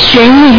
问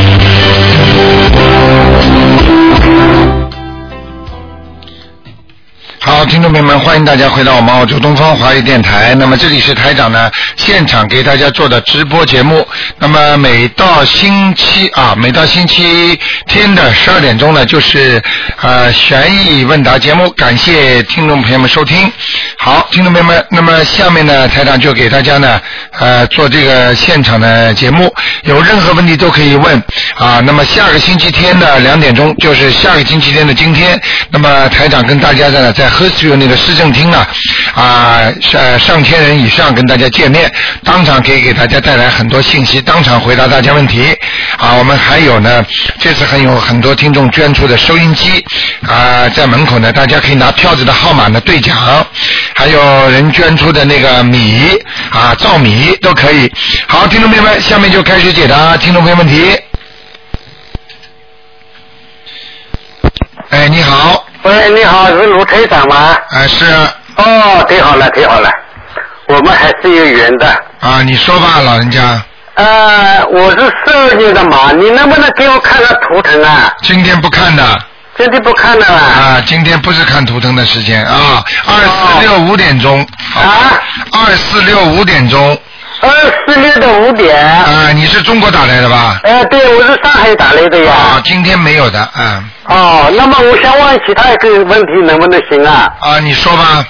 好，听众朋友们，欢迎大家回到我们澳洲东方华语电台。那么这里是台长呢现场给大家做的直播节目。那么每到星期啊，每到星期天的十二点钟呢，就是呃悬疑问答节目。感谢听众朋友们收听。好，听众朋友们，那么下面呢，台长就给大家呢呃做这个现场的节目，有任何问题都可以问啊。那么下个星期天的两点钟，就是下个星期天的今天，那么台长跟大家呢在喝酒那个市政厅啊，啊上上千人以上跟大家见面，当场可以给大家带来很多信息，当场回答大家问题。啊，我们还有呢，这次很有很多听众捐出的收音机啊，在门口呢，大家可以拿票子的号码呢兑奖，还有人捐出的那个米啊造米都可以。好，听众朋友们，下面就开始解答听众朋友问题。哎，你好，喂，你好，是卢台长吗？哎是哦，太好了，太好了，我们还是有缘的。啊，你说吧，老人家，呃，我是十二年的马，你能不能给我看个图腾啊？今天不看的。真的不看了啦？啊，今天不是看图腾的时间啊，二四六五点钟，啊，二四六五点钟，二四六的五点。啊，你是中国打来的吧？哎，对，我是上海打来的啊呀，。今天没有的，啊哦，那么我想问其他一个问题，能不能行啊？啊，你说吧，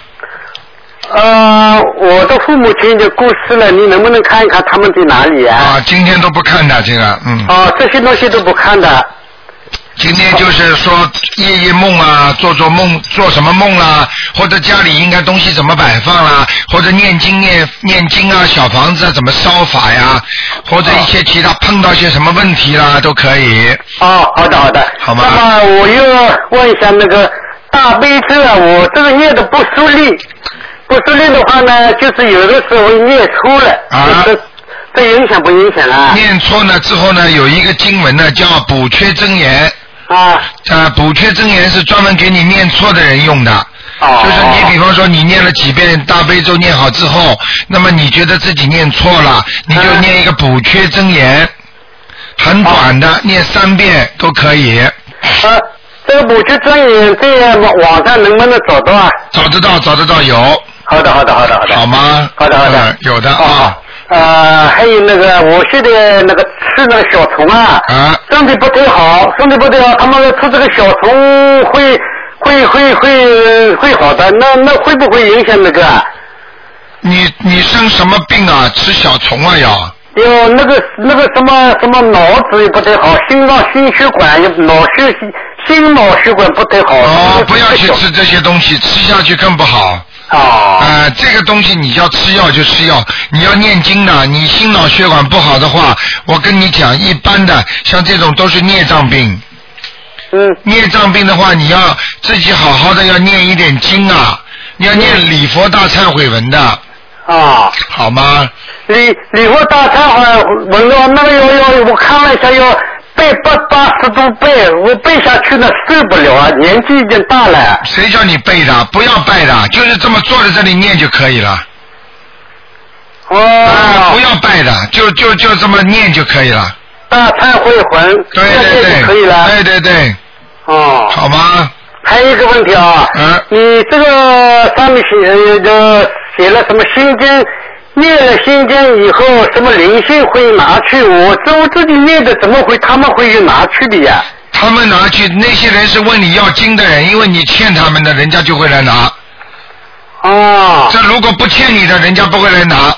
呃，我的父母亲就过世了，你能不能看一看他们在哪里啊？啊，今天都不看的这个，嗯，哦，这些东西都不看的。今天就是说夜夜梦啊，做做梦，做什么梦啦、啊或者家里应该东西怎么摆放啦、或者念经念念经啊，小房子啊怎么烧法呀，或者一些其他碰到些什么问题啦、都可以，哦，好的好的。好吗那么我又问一下那个大悲咒啊，我这个念的不顺利，不顺利的话呢，就是有的时候念错了，啊就是这影响不影响啊？念错呢之后呢，有一个经文呢叫补缺真言。啊，啊，补缺真言是专门给你念错的人用的。哦，就是你比方说你念了几遍大悲咒念好之后，那么你觉得自己念错了，你就嗯念一个补缺真言，很短的，哦念三遍都可以，啊，这个母亲真言在网上能不能找到啊？找得到找得到有，好的好的好的好的。好吗？好的好的嗯有的哦啊。呃，还有那个，我现在那个吃那个小虫啊，啊身体不太好，身体不太好，他们吃这个小虫会会会会会好的，那那会不会影响那个啊？你你生什么病啊？吃小虫啊哦要？有那个那个什么什么脑子也不太好，心脏心血管也脑血心脑血管不太好。哦，不要去这个小吃这些东西，吃下去更不好。啊啊、这个东西你要吃药就吃药，你要念经的，你心脑血管不好的话，我跟你讲，一般的像这种都是孽障病。嗯孽障病的话，你要自己好好的要念一点经啊，你要念礼佛大忏悔文的，啊。好吗？李李佛大忏悔文了，那个要要，我看了一下要背八八十多背，我背下去了受不了啊，年纪已经大了。谁叫你背的？不要背的，就是这么坐在这里念就可以了。啊，哦哎不，要背的，就就就这么念就可以了。大忏悔文，对对这些对，就可以了。对对对，哦，好吗？还有一个问题啊，嗯你这个上面写呃的写了什么心经？念了心经以后，什么灵性会拿去？我这我自己念的，怎么会他们会有拿啊去的呀？他们拿去，那些人是问你要经的人，因为你欠他们的，人家就会来拿。哦，这如果不欠你的，人家不会来拿，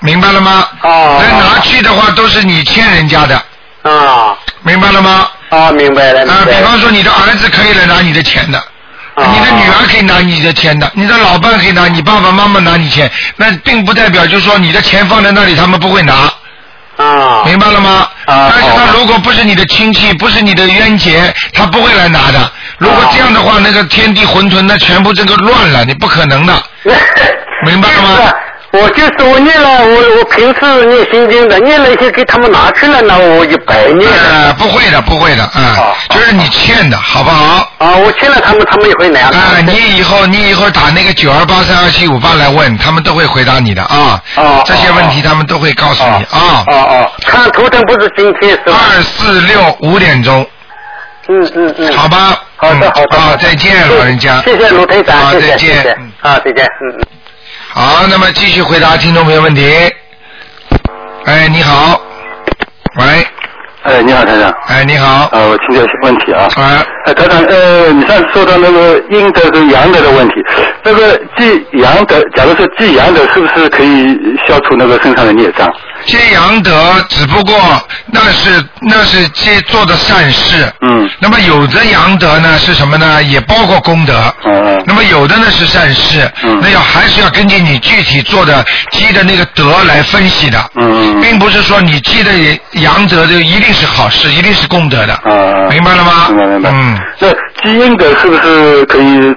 明白了吗？哦来拿去的话，都是你欠人家的，啊明白了吗？啊，明白了，啊、明比白了。方说你的儿子可以来拿你的钱的，哦你的女儿可以拿你的钱的，你的老伴可以拿，你爸爸妈妈拿你钱，那并不代表就是说你的钱放在那里，他们不会拿。啊，明白了吗？啊但是好他的如果不是你的亲戚，不是你的冤结，他不会来拿的。如果这样的啊 话，那个天地混沌，那全部这个乱了，你不可能的。明白了吗是啊我就是我念了，我我平时念心经的，念了一些给他们拿去了，那我就白念了。呃，不会的，不会的，啊好，就是你欠的，好不好？啊，我欠了他们，他们也会拿的。啊，你以后你以后打那个九二八三二七五八来问，他们都会回答你的啊。哦这些问题他们都会告诉你啊哦。哦，看图腾不是今天是吧？二四六五点钟，嗯嗯嗯。好吧？好的嗯好的。啊好的再见，谢老人家。谢谢卢台长，好，谢谢再谢谢见。嗯啊，再见，嗯嗯。好，那么继续回答听众朋友问题。哎，你好。喂，哎，你好，台长。哎，你好。啊，我请教一些问题啊。哎，呃，台长，呃，你上次说到那个阴德跟阳德的问题，那个记阳德，假如说记阳德，是不是可以消除那个身上的孽障？接阳德，只不过那是那是接做的善事。嗯那么有的阳德呢是什么呢？也包括功德。嗯那么有的呢是善事，嗯那要还是要根据你具体做的积的那个德来分析的，嗯嗯并不是说你积的阳德就一定是好事，一定是功德的，啊，明白了吗？明白明白。嗯，那积阴德是不是可以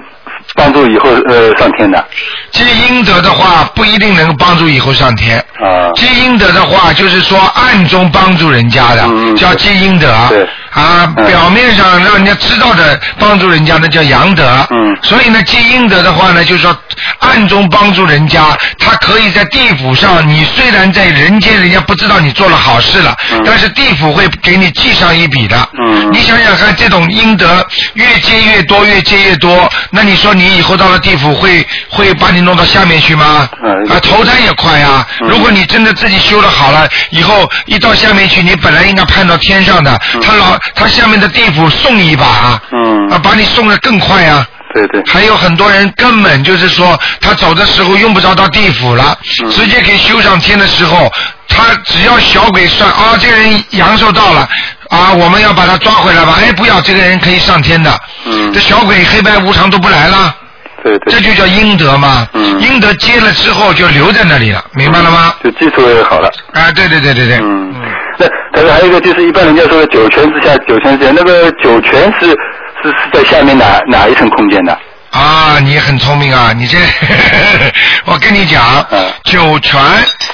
帮助以后呃上天的？积阴德的话不一定能帮助以后上天，啊，积阴德的话，就是说暗中帮助人家的，嗯嗯叫积阴德。对啊，嗯表面上让人家知道的帮助人家，那叫阳德。嗯所以呢，积阴德的话呢，就是说暗中帮助人家，他可以在地府上，你虽然在人间，人家不知道你做了好事了，嗯但是地府会给你记上一笔的。嗯你想想看，这种阴德越积越多，越积越多，那你说你以后到了地府会会把你弄到下面去吗？嗯啊，投胎也快呀、嗯如果你真的自己修了好了，以后一到下面去，你本来应该攀到天上的，他老他下面的地府送你一把啊，嗯啊，把你送的更快啊。对对，还有很多人根本就是说，他走的时候用不着到地府了，嗯直接给修上天的时候，他只要小鬼算啊，这个人阳寿到了啊，我们要把他抓回来吧。哎，不要，这个人可以上天的。嗯这小鬼黑白无常都不来了。对对。这就叫阴德嘛。嗯阴德接了之后就留在那里了，明白了吗？就基础也好了。啊，对对对对对。嗯，那但是还有一个就是一般人家说的九泉之下九泉之下，那个九泉是是是在下面哪哪一层空间的？啊，你很聪明啊！你这， 我跟你讲嗯，九泉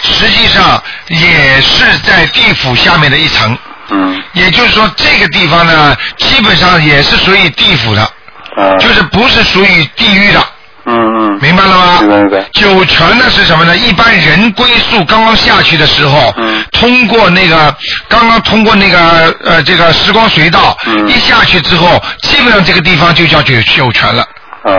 实际上也是在地府下面的一层，嗯，也就是说这个地方呢，基本上也是属于地府的，啊，就是不是属于地狱的，嗯嗯，明白了吗？明白明白九泉呢是什么呢？一般人归宿刚刚下去的时候，嗯通过那个刚刚通过那个呃这个时光隧道，嗯一下去之后，基本上这个地方就叫九九泉了。啊，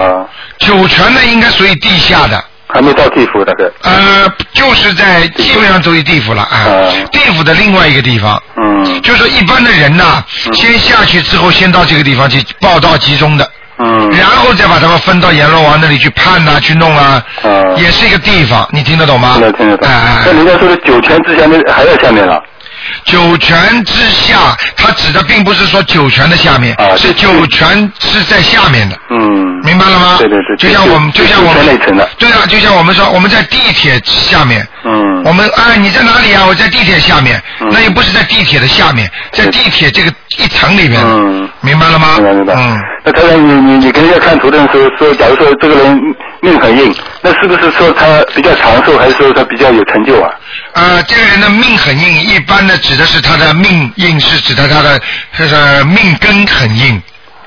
九泉呢应该属于地下的，还没到地府大概，呃，就是在基本上属于地府了啊、嗯地府的另外一个地方。嗯就是说一般的人呐、先下去之后，先到这个地方去报道集中的，嗯，然后再把他们分到阎罗王那里去判呐、去弄啊、嗯也是一个地方，你听得懂吗？听得听得懂。哎哎啊那哎人家说的九泉之下，那还有下面啊了，九泉之下，他指的并不是说九泉的下面，啊是九泉是在下面的。嗯，明白了吗？对对对，就像我们，就像我九们泉那一层的，，对啊，就像我们说，我们在地铁下面，嗯，我们哎，你在哪里啊？我在地铁下面，嗯那也不是在地铁的下面，在地铁这个一层里面，嗯明白了吗？明白明白。嗯，那他说你你你跟人家看图的时候说，假如说这个人命很硬，那是不是说他比较长寿，还是说他比较有成就啊？呃，这个人的命很硬，一般的指的是他的命硬，是指的他的他的命根很硬。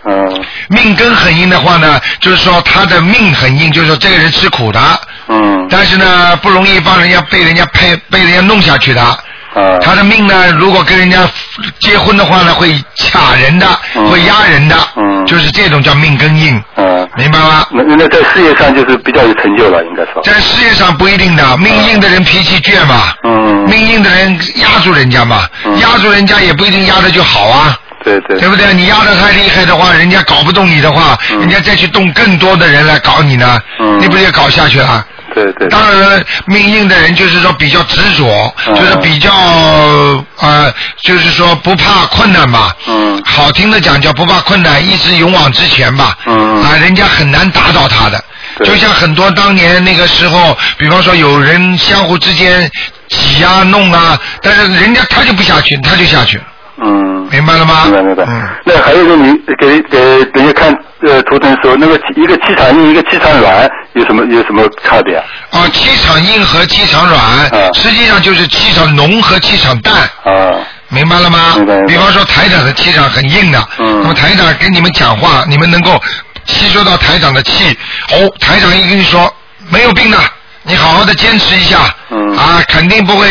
嗯命根很硬的话呢，就是说他的命很硬，就是说这个人吃苦的，嗯但是呢不容易帮人家被人家被被人家弄下去的。啊，他的命呢，如果跟人家结婚的话呢，会卡人的，嗯会压人的，嗯就是这种叫命根硬，嗯，明白吗？那那在事业上就是比较有成就了，应该说。在事业上不一定的，命硬的人脾气倔嘛，嗯，命硬的人压住人家嘛，嗯压住人家也不一定压的就好啊，对对对不对？你压的太厉害的话，人家搞不动你的话，嗯人家再去动更多的人来搞你呢，嗯你不是也搞下去了？对对，当然，命硬的人就是说比较执着，嗯就是比较呃，就是说不怕困难吧。嗯好听的讲叫不怕困难，一直勇往直前吧。嗯啊，人家很难打倒他的。对就像很多当年那个时候，比方说有人相互之间挤啊弄啊，但是人家他就不下去，他就下去，嗯。明白了吗？明白明白嗯。。那还有一个你给给人家看呃图腾的时候，那个气一个气场硬，一个气场软，有什么有什么差别啊？啊，气场硬和气场软，嗯实际上就是气场浓和气场淡，啊，明白了吗明白明？白比方说台长的气场很硬的，嗯那么台长跟你们讲话，你们能够吸收到台长的气。哦，台长一跟你说没有病的，你好好的坚持一下，嗯啊，肯定不会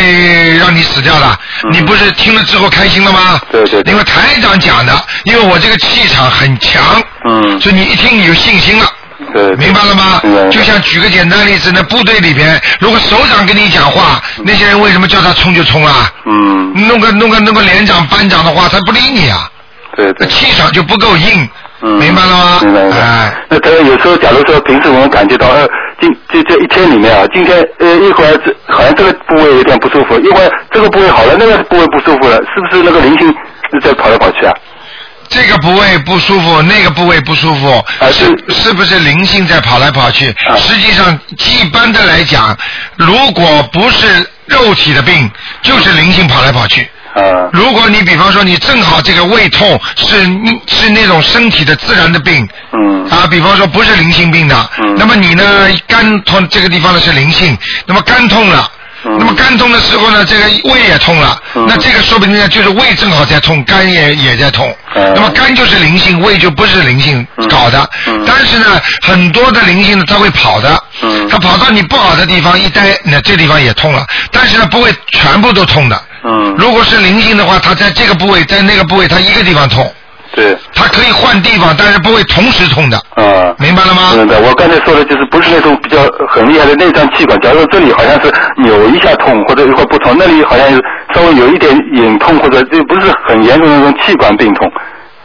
让你死掉的。嗯你不是听了之后开心了吗？对对对因为台长讲的，因为我这个气场很强，嗯，所以你一听你有信心了。对，明白了吗明白明？白就像举个简单例子，那部队里边，如果首长跟你讲话，那些人为什么叫他冲就冲啊？嗯，弄个弄个弄个连长、班长的话，他不理你啊，对对。气场就不够硬，嗯明白了吗？明白明白哎，。那他有时候，假如说平时我们感觉到，呃，今这这一天里面啊，今天呃一会儿这好像这个部位有点不舒服，一会儿这个部位好了，那个部位不舒服了，是不是那个灵性在跑来跑去啊？这个部位不舒服，那个部位不舒服，啊是对是不是灵性在跑来跑去？啊实际上，一般的来讲，如果不是肉体的病，就是灵性跑来跑去。啊，如果你比方说你正好这个胃痛是是那种身体的自然的病，嗯，啊，比方说不是灵性病的，嗯那么你呢肝痛这个地方呢是灵性，那么肝痛了。嗯那么肝痛的时候呢，这个胃也痛了，嗯那这个说不定呢就是胃正好在痛，肝也也在痛。嗯那么肝就是灵性，胃就不是灵性嗯搞的。嗯但是呢，很多的灵性呢，它会跑的，嗯它跑到你不好的地方一待，那这地方也痛了，但是呢不会全部都痛的。嗯，如果是灵性的话，它在这个部位，在那个部位，它一个地方痛，对，它可以换地方，但是不会同时痛的。啊。明白了吗？嗯的，我刚才说的就是不是那种比较很厉害的内脏气管，假如说这里好像是扭一下痛，或者一会儿不痛，那里好像稍微有一点隐痛，或者这不是很严重的那种气管病痛，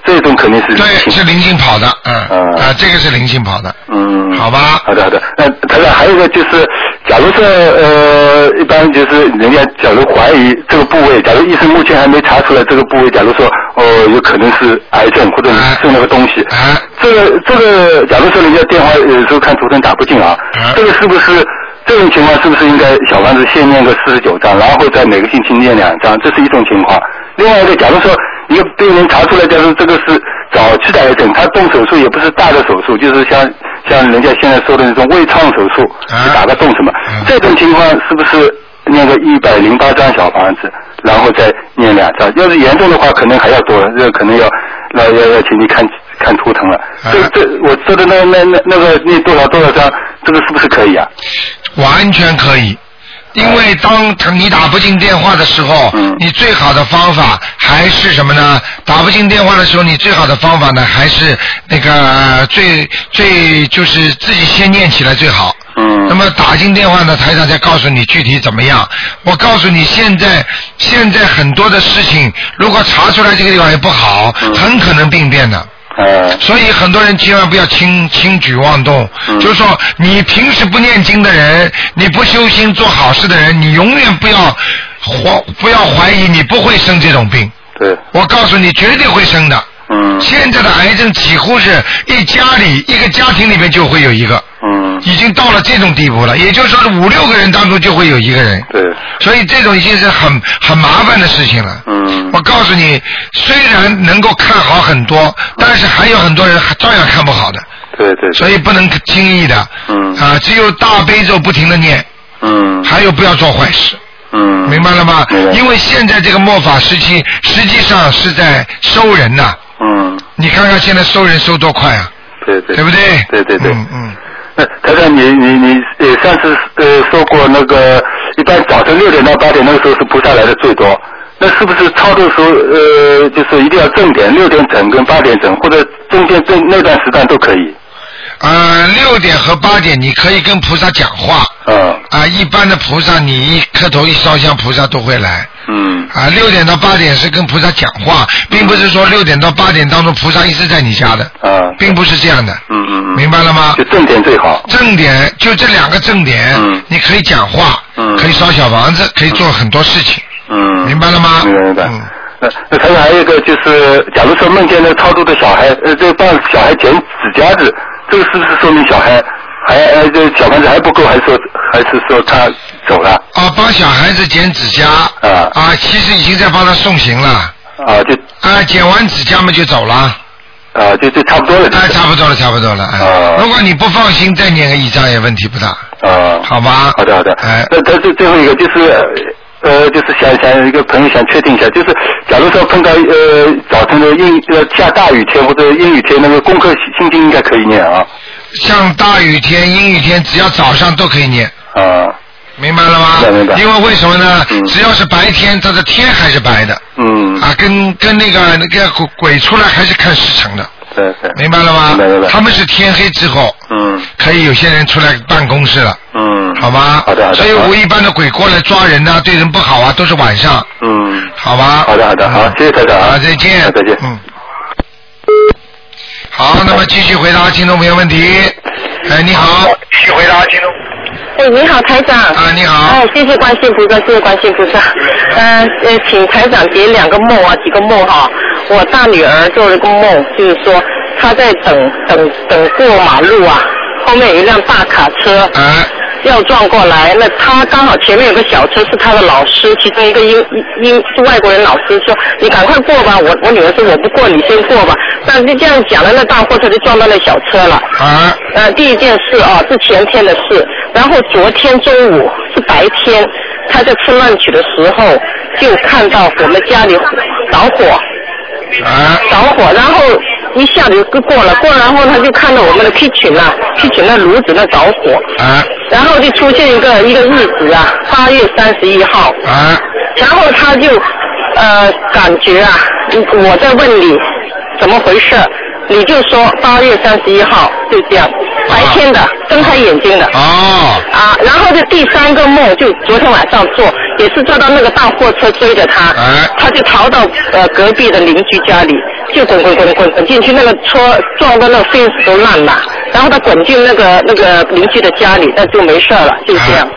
这种肯定是对，是灵性跑的，嗯，嗯啊，这个是灵性跑的，嗯，好吧好的，好的。那台长还有一个就是，假如说呃，一般就是人家假如怀疑这个部位，假如医生目前还没查出来这个部位，假如说哦、有可能是癌症或者哎是那个东西，哎这个这个，假如说人家电话有时候看图腾打不进啊，哎这个是不是这种情况是不是应该小房子先念个四十九章，然后再每个星期念两章，这是一种情况。另外一个，假如说一个病人查出来，假如这个是早期的癌症，他动手术也不是大的手术，就是像像人家现在说的那种微创手术，哎就打个洞什么嗯，这种情况是不是念个一百零八张小房子，然后再念两张？要是严重的话，可能还要多，这可能要要要要请你看看图腾了。啊这这我说的那那那那个念多少多少张，这个是不是可以啊？完全可以。因为当你打不进电话的时候，嗯你最好的方法还是什么呢？打不进电话的时候，你最好的方法呢，还是那个呃最最就是自己先念起来最好。嗯那么打进电话呢，台长再告诉你具体怎么样。我告诉你，现在现在很多的事情，如果查出来这个地方也不好，嗯很可能病变的。呃，所以很多人千万不要轻轻举妄动，嗯就是说你平时不念经的人，你不修心做好事的人，你永远不要怀不要怀疑你不会生这种病。对，我告诉你，绝对会生的。嗯现在的癌症几乎是一家里一个家庭里面就会有一个，嗯，已经到了这种地步了，也就是说是五六个人当中就会有一个人。对，所以这种已经是很很麻烦的事情了。嗯我告诉你，虽然能够看好很多，但是还有很多人还照样看不好的，对对，所以不能轻易的。嗯啊，只有大悲咒不停的念，嗯还有不要做坏事，嗯，明白了吗？明白因为现在这个末法时期，实际上是在收人呐、嗯，你看看现在收人收多快啊，对对，对不对？对对对。嗯嗯。那呃台长，你你你呃，上次呃说过那个，一般早晨六点到八点那个时候是菩萨来的最多。那是不是操作的时候呃，就是一定要正点，六点整跟八点整，或者中间这那段时段都可以？呃，六点和八点你可以跟菩萨讲话。嗯啊，一般的菩萨，你一磕头一烧香，菩萨都会来。嗯啊，六点到八点是跟菩萨讲话，并不是说六点到八点当中菩萨一直在你家的，啊并不是这样的，嗯嗯明嗯，白了吗就？正点最好。正点就这两个正点嗯，你可以讲话，嗯可以烧小房子，可以做很多事情，嗯，明白了吗？明白明白。嗯那那台长还有一个就是，假如说梦见了超度的小孩，呃，这帮小孩剪指甲子，这个是不是说明小孩还呃这小房子还不够，还是说还是说他走了啊，帮小孩子剪指甲，啊啊，其实已经在帮他送行了，啊？就啊，剪完指甲嘛就走了，啊，就就差不多 了。哎，差不多了，差不多了。哎哦，如果你不放心，再念个一张也问题不大，啊，哎好吧？好的好的。哎，那这最最后一个就是呃，就是想想一个朋友想确定一下，就是假如说碰到呃早晨的阴呃下大雨天或者阴雨天，那个功课心经应该可以念啊像大雨天、阴雨天，只要早上都可以念，啊明白了吗？明白明白因为为什么呢？嗯只要是白天，它的天还是白的嗯，啊，跟跟那个那个鬼鬼出来还是看时辰的，对对，明白了吗？明白明白他们是天黑之后，嗯可以有些人出来办公室了，嗯，好吧？好的好的，所以好无一般的鬼过来抓人呐、对人不好啊，都是晚上，嗯好吧？好的好的好嗯谢谢台长啊好，再好见。再见嗯。好，那么继续回答听众朋友问题。哎，你好。继续回答听众。哎，你好，台长。啊，你好哎。，谢谢观世音菩萨，谢谢观世音菩萨。嗯、呃，请台长解两个梦啊，几个梦哈、我大女儿做了个梦，就是说她在等等等过马路啊，后面有一辆大卡车哎，要撞过来，那她刚好前面有个小车是她的老师，其中一个英英英是外国人老师说你赶快过吧，我我女儿说我不过你先过吧，但是这样讲了，那大货车就撞到那小车了。啊，呃，第一件事啊是前天的事，然后昨天中午是白天，他在吃饭曲的时候就看到我们家里着火，啊，着火，然后一下子就过了，过了然后他就看到我们的 kitchen 啊，kitchen 那炉子那着火，啊，然后就出现一个一个日子啊，八月三十一号，啊，然后他就呃感觉啊，我在问你怎么回事儿，你就说八月三十一号就这样，白天的睁开眼睛的。哦，啊，然后这第三个梦就昨天晚上做，也是做到那个大货车追着他，哎他就逃到呃隔壁的邻居家里，就滚滚滚滚滚进去，那个车撞到那个 fence 都烂了，然后他滚进那个那个邻居的家里，那就没事儿了，就这样。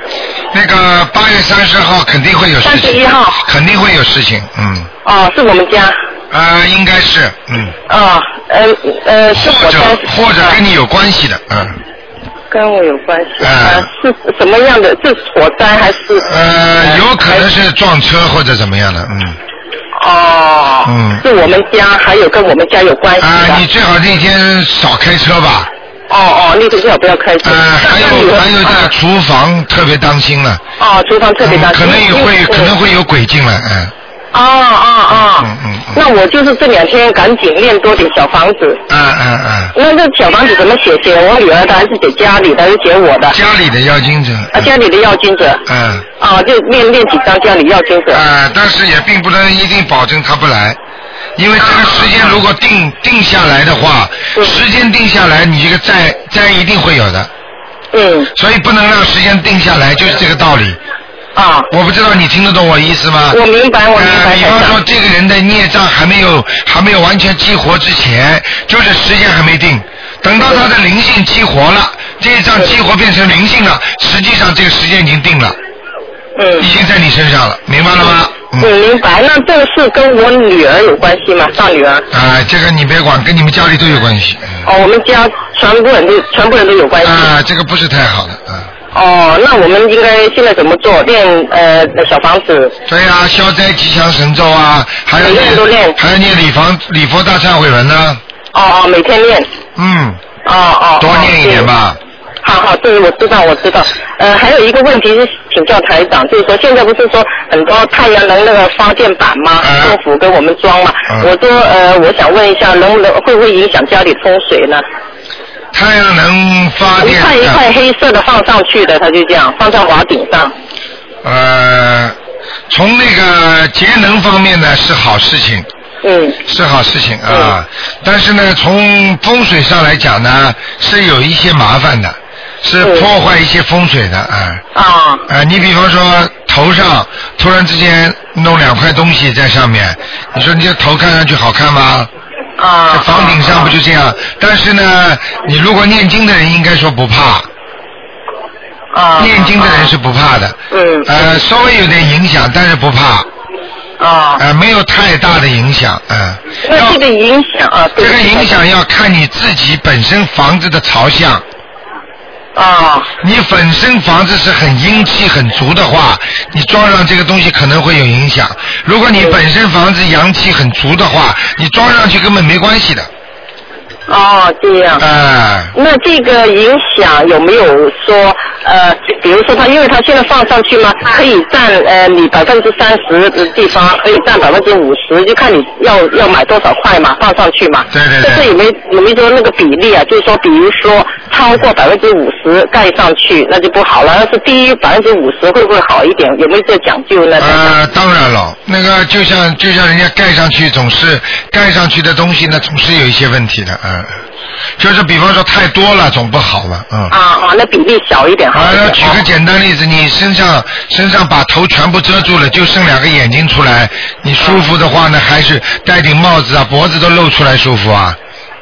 那个八月三十号肯定会有事情。 31号肯定会有事情，嗯，哦，是我们家。啊，应该是，嗯，啊，呃呃，是或我者家或者跟你有关系的，嗯。跟我有关系哎啊？是什么样的？是火灾还是？嗯呃，有可能是撞车或者怎么样的，嗯。哦，嗯是我们家，还有跟我们家有关系哎的。啊，你最好那天少开车吧。哦哦，那个最好不要开车。呃，还那有你还有这个啊厨房特别当心了，哦，厨房特别嗯大，可能也因为会因为可能会有鬼进来，嗯。哦哦哦，嗯嗯嗯那我就是这两天赶紧练多点小房子。啊啊啊！那这小房子怎么写？写我女儿的，还是写家里的，还是写我的？家里的妖精者。啊，家里的要经者。嗯啊，就练练几张家里要经者。啊，但是也并不能一定保证他不来，因为这个时间如果定定下来的话，啊嗯时间定下来，你这个灾灾一定会有的，嗯所以不能让时间定下来，就是这个道理。啊，我不知道你听得懂我意思吗？我明白，我明呃，白，比台方说长。这个人的孽障还没有还没有完全激活之前，就是时间还没定。等到他的灵性激活了，这一张激活变成灵性了，实际上这个时间已经定了，嗯已经在你身上了，明白了吗？嗯，嗯。明白。那这个事跟我女儿有关系吗？大女儿。啊、这个你别管，跟你们家里都有关系。嗯哦，我们家全部人都全部人都有关系。啊、这个不是太好的啊、哦，那我们应该现在怎么做？练呃小房子。对啊，消灾吉祥神咒啊，还要每天都念练，还要念礼房礼佛大忏悔文呢、哦哦，每天练。嗯，哦哦。多哦念一点。吧。对好好，对，我知道，我知道。呃，还有一个问题是请教台长，就是说现在不是说很多太阳能那个发电板吗？嗯政府给我们装嘛。嗯我说呃，我想问一下，能不能会不会影响家里风水呢？太阳能发一电啊块一的块黑色的放上去的，它就这样放在华顶上。呃，从那个节能方面呢是好事情，嗯是好事情啊。但是呢，从风水上来讲呢，是有一些麻烦的，是嗯破坏一些风水的啊。啊啊，你比方说头上突然之间弄两块东西在上面，你说你这头看上去好看吗？啊在。房顶上不就这样？但是呢，你如果念经的人应该说不怕，啊？念经的人是不怕的。嗯呃，稍微有点影响，但是不怕。啊。呃，没有太大的影响，嗯、那要这个影响啊，这对个影响要看你自己本身房子的朝向。啊你本身房子是很阴气很足的话，你装上这个东西可能会有影响。如果你本身房子阳气很足的话，你装上去根本没关系的。哦，这样。哎、那这个影响有没有说呃，比如说他，因为他现在放上去嘛，啊可以占呃你百分之三十的地方，可以占百分之五十，就看你要要买多少块嘛，放上去嘛。对对对但是有没有有没有说那个比例啊？就是说，比如说超过百分之五十盖上去，那就不好了。要是低于百分之五十，会不会好一点？有没有这讲究呢？呃，当然了，那个就像就像人家盖上去总是盖上去的东西呢，总是有一些问题的，嗯，就是比方说太多了总不好嘛，嗯。啊啊，那比例小一点好啊一，点。 那举个简单例子，你身上身上把头全部遮住了，就剩两个眼睛出来，你舒服的话呢，还是戴顶帽子啊，脖子都露出来舒服啊？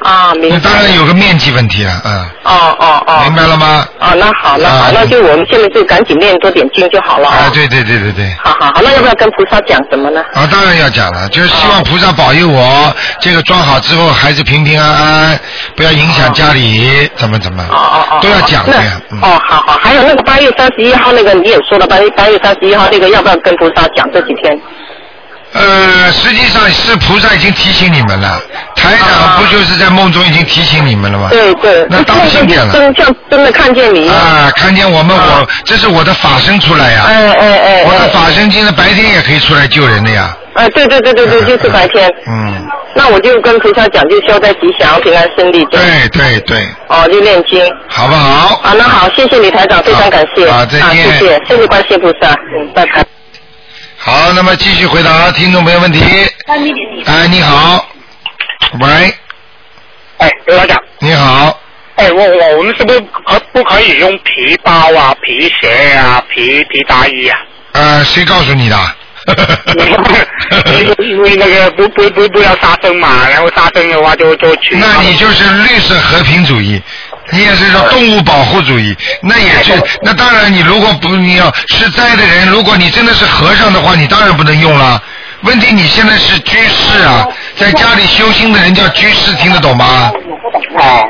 啊，明白那了。当然有个面积问题了，嗯，哦哦哦。明白了吗？啊，那好，那好，啊那就我们现在就赶紧练多点经就好了啊，对对对对对。好好好，那要不要跟菩萨讲什么呢？啊，当然要讲了，就是啊希望菩萨保佑我，这个装好之后孩子平平安安，不要影响家里，怎么怎么哦哦哦，，都要讲的那呀。嗯哦，好好，还有那个八月三十一号那个，你也说了，八月八月三十一号那个要不要跟菩萨讲这几天？呃，实际上是菩萨已经提醒你们了，台长啊不就是在梦中已经提醒你们了吗？对对，啊那当心点了真像真的看见你。啊，看见我们我这是我的法身出来呀，哎哎哎，我的哎法身今天白天也可以出来救人的呀。哎，对对对对对，就是白天。嗯，那我就跟菩萨讲，就消灾吉祥，平安顺利。这样。对对对，哦，就念经。好不好？啊，那好，谢谢李台长，非常感谢。好再见啊，谢谢，谢谢观世音菩萨，嗯，拜拜。好，那么继续回答听众朋友问题。哎，你好，喂，哎，刘台长，你好，哎，我我我们是不是可不可以用皮包啊、皮鞋啊、皮皮大衣啊？ 呃，谁告诉你 的？因为因为那个不不不不要杀生嘛，然后杀生的话就就去。那你就是绿色和平主义，你也是说动物保护主义，那也是。那当然，你如果不你要吃斋的人，如果你真的是和尚的话，你当然不能用了。问题你现在是居士啊，在家里修心的人叫居士，听得懂吗？哦，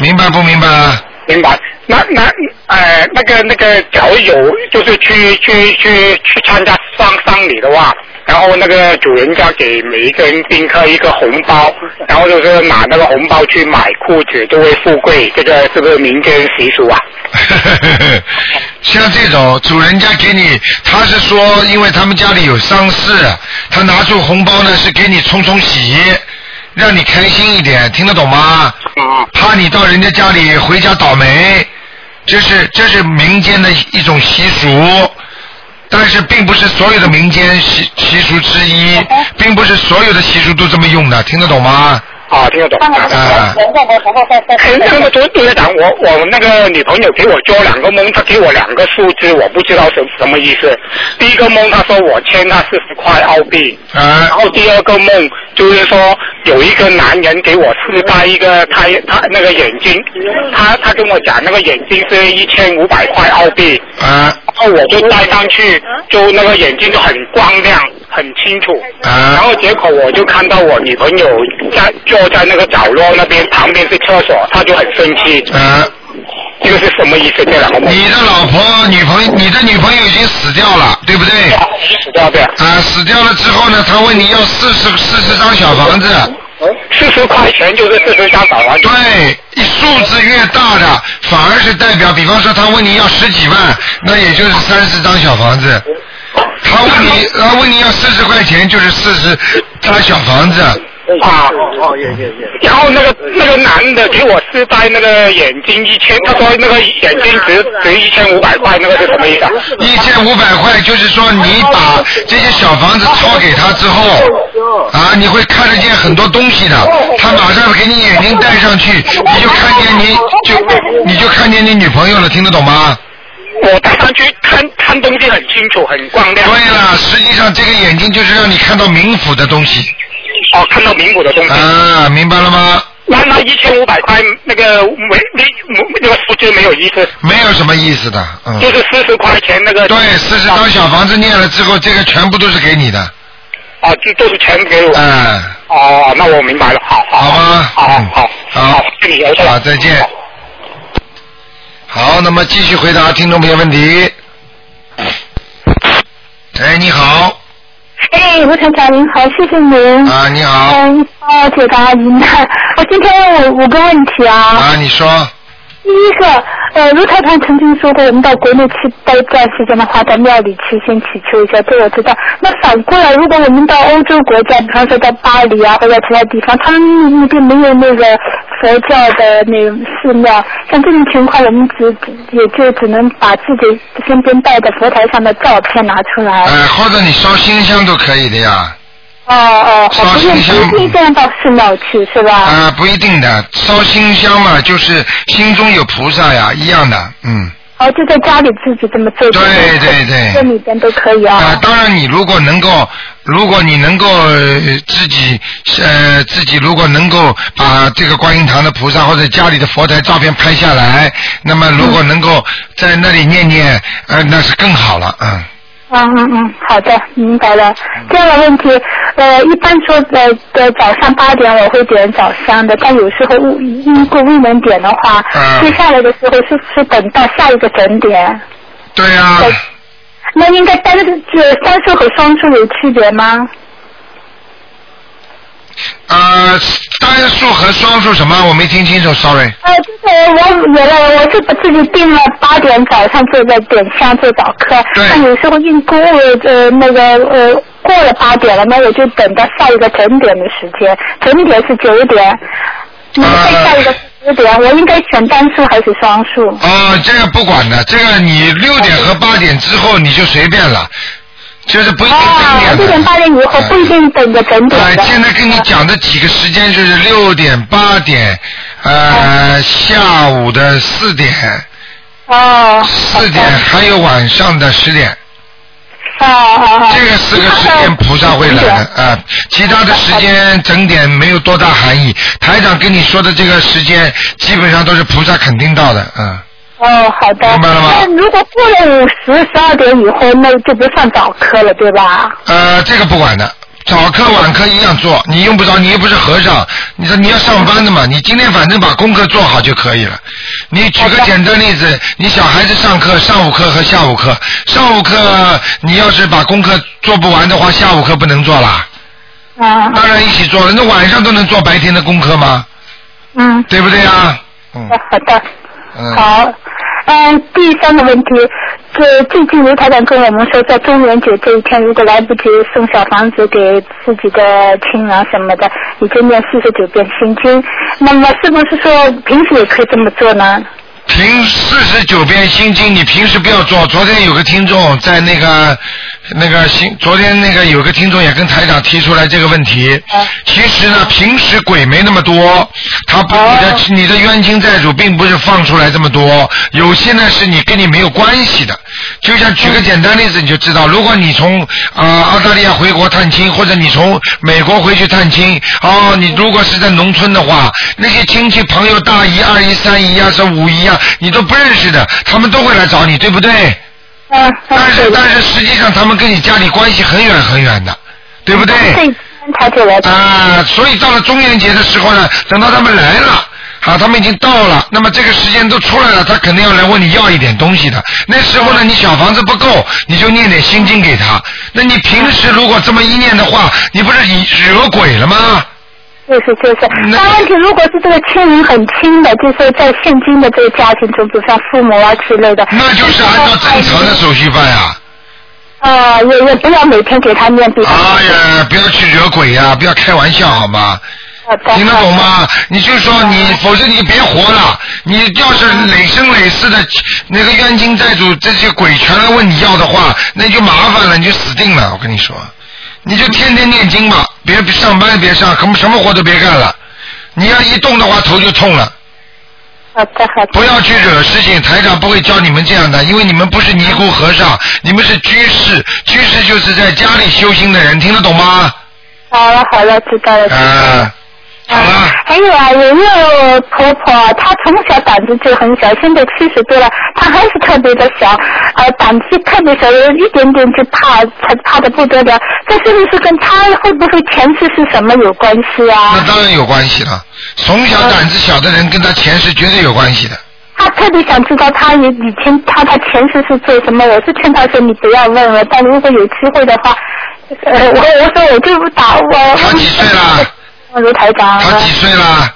明白不明白啊？ 明白。那那呃那个那个，假如有就是去去去去参加丧丧礼的话，然后那个主人家给每一个人宾客一个红包，然后就是拿那个红包去买裤子就会富贵，这个是不是民间习俗啊？像这种主人家给你，他是说，因为他们家里有丧事，他拿出红包呢是给你冲冲喜，让你开心一点，听得懂吗？啊、怕你到人家家里回家倒霉，这是这是民间的一种习俗，但是并不是所有的民间习习俗之一，并不是所有的习俗都这么用的，听得懂吗？啊，听得懂。啊、哎，那么昨昨天讲我我那个女朋友给我做两个梦，她给我两个数字，我不知道什什么意思。第一个梦她说我欠她四十块澳币，啊然后第二个梦就是说有一个男人给我试戴一个他他那个眼镜，他他跟我讲那个眼镜是一千五百块澳币，啊然后我就戴上去，就那个眼镜就很光亮，很清楚。然啊后结果我就看到我女朋友在坐在那个角落那边，旁边是厕所，她就很生气。啊！这个是什么意思？这两个梦你的老婆、女朋友，你的女朋友已经死掉了，对不对？啊死掉的，啊，死掉了之后呢，他问你要四十四十张小房子，四十块钱就是四十张小房子。对，数字越大的反而是代表，比方说他问你要十几万，那也就是三十张小房子。他问你，他问你要四十块钱，就是四十张小房子。啊，然后那个那个男的给我试戴那个眼睛一千，他说那个眼睛值值一千五百块，那个是什么意思啊？一千五百块，就是说你把这些小房子抄给他之后，啊，你会看得见很多东西的。他马上给你眼睛戴上去，你就看见你就你就看见你女朋友了，听得懂吗？我戴上去看看东西很清楚，很光亮。对啊了，实际上这个眼睛就是让你看到冥府的东西哦，看到苹果的东西。啊，明白了吗？那那一千五百块那个没那那个数字没有意思，没有什么意思的，就嗯。是四十块钱那个。对，四十张小房子念了之后，这个全部都是给你的，啊，就都是钱给我。哎、哦，那我明白了，好好好吗？好好嗯好好，谢谢你，刘先生好再见好，那么继续回答听众朋友问题。哎，你好，哎，哎，卢台长您好，谢谢您。啊，你好，嗯，帮我解答疑难。我今天有五个问题啊。嗯啊，你说，第一个，呃，卢台长曾经说过，我们到国内去待一段时间的话，到庙里去先祈求一下，这我知道。那反过来，如果我们到欧洲国家，比方说到巴黎啊，或者其他地方，他们那边没有那个佛教的那种寺庙，像这种情况，我们只只也就只能把自己身边带的佛台上的照片拿出来。哎，或者你烧新香都可以的呀，哦哦，烧哦，不是新香不一定要到寺庙去是嗯吧？啊，不一定的，烧新香嘛，就是心中有菩萨呀，一样的，嗯，哦，就在家里自己这么做，对对对这里边都可以啊，啊。当然你如果能够，如果你能够呃自己呃自己如果能够把这个观音堂的菩萨或者家里的佛台照片拍下来，那么如果能够在那里念念，呃，那是更好了，嗯。嗯嗯嗯，好的，明白了。第二个问题，呃，一般说呃的早上八点我会点早香的，但有时候误因故未能点的话，嗯接下来的时候是是等到下一个整点。对呀、对啊那应该单这单数和双数有区别吗？呃，单数和双数什么？我没听清楚，sorry。呃，就是我原来我是把自己定了八点早上坐在点香做早课，对那有时候因故呃那个呃过了八点了，那我就等到下一个整点的时间，整点是九点，那么再下一个十点，我应该选单数还是双数？哦，这个不管的，这个你六点和八点之后你就随便了，就是不一定整哦点，的。六点八点以后不一定等着整点呃，的。现在跟你讲的几个时间就是六点、八点，呃，下午的四点、哦，四点，还有晚上的十点，哦哦哦，这个四个时间菩萨会来的啊、呃其他的时间整点没有多大含义。台长跟你说的这个时间，基本上都是菩萨肯定到的，嗯、哦，好的。明白了吗那如果过了午时十二点以后，那就不算早课了，对吧？呃，这个不管的，早课晚课一样做，你用不着，你又不是和尚，你说你要上班的嘛，你今天反正把功课做好就可以了。你举个简单例子，你小孩子上课上午课和下午课，上午课你要是把功课做不完的话，下午课不能做啦，嗯当然一起做了，那晚上都能做白天的功课吗？嗯，对不对啊？嗯好的，嗯，好。嗯，第三个问题，这最近卢台长跟我们说，在中元节这一天，如果来不及送小房子给自己的亲人什么的，已经念四十九遍心经，那么是不是说平时也可以这么做呢？平四十九遍心经，你平时不要做。昨天有个听众在那个那个新，昨天那个有个听众也跟台长提出来这个问题。其实呢，平时鬼没那么多，他不你的你的冤亲债主并不是放出来这么多，有些呢是你跟你没有关系的。就像举个简单例子你就知道，如果你从啊、呃澳大利亚回国探亲，或者你从美国回去探亲，哦，你如果是在农村的话，那些亲戚朋友大姨、二姨、三姨啊，是五姨啊，你都不认识的，他们都会来找你，对不对？嗯，但是但是实际上他们跟你家里关系很远很远的，对不对？这一天他就来。啊，所以到了中元节的时候呢，等到他们来了。啊，他们已经到了，那么这个时间都出来了，他肯定要来问你要一点东西的。那时候呢，你小房子不够，你就念点心经给他。那你平时如果这么一念的话，你不是惹鬼了吗？就是就是那，但问题如果是这个亲人很亲的，就是在现今的这个家庭中，比如像父母啊之类的，那就是按照正常的手续办呀、呃，也也不要每天给他念，比方说哎呀，不要去惹鬼呀、不要开玩笑好吗？好的听得懂？吗？你就说你，否则你别活了。你要是累生累世的那个冤亲债主，这些鬼全来问你要的话，那就麻烦了，你就死定了。我跟你说，你就天天念经吧，别上班别上，什么什么活都别干了。你要一动的话，头就痛了。好的好的，不要去惹事情，台长不会教你们这样的，因为你们不是尼姑和尚，你们是居士，居士就是在家里修行的人，听得懂吗？好了好了，知道了。啊、好了。还有啊，有一个婆婆，她从小胆子就很小，现在七十多了，她还是特别的小，呃，胆子特别小，有一点点就怕，她怕的不得了。这是不是跟她会不会前世是什么有关系啊？那当然有关系了。从小胆子小的人跟他前世绝对有关系的。他特别想知道他以以前他他前世是做什么，我是劝他说你不要问了，但如果有机会的话，呃，我我说我对不打我。他几岁 了？卢台长。他几岁了？啊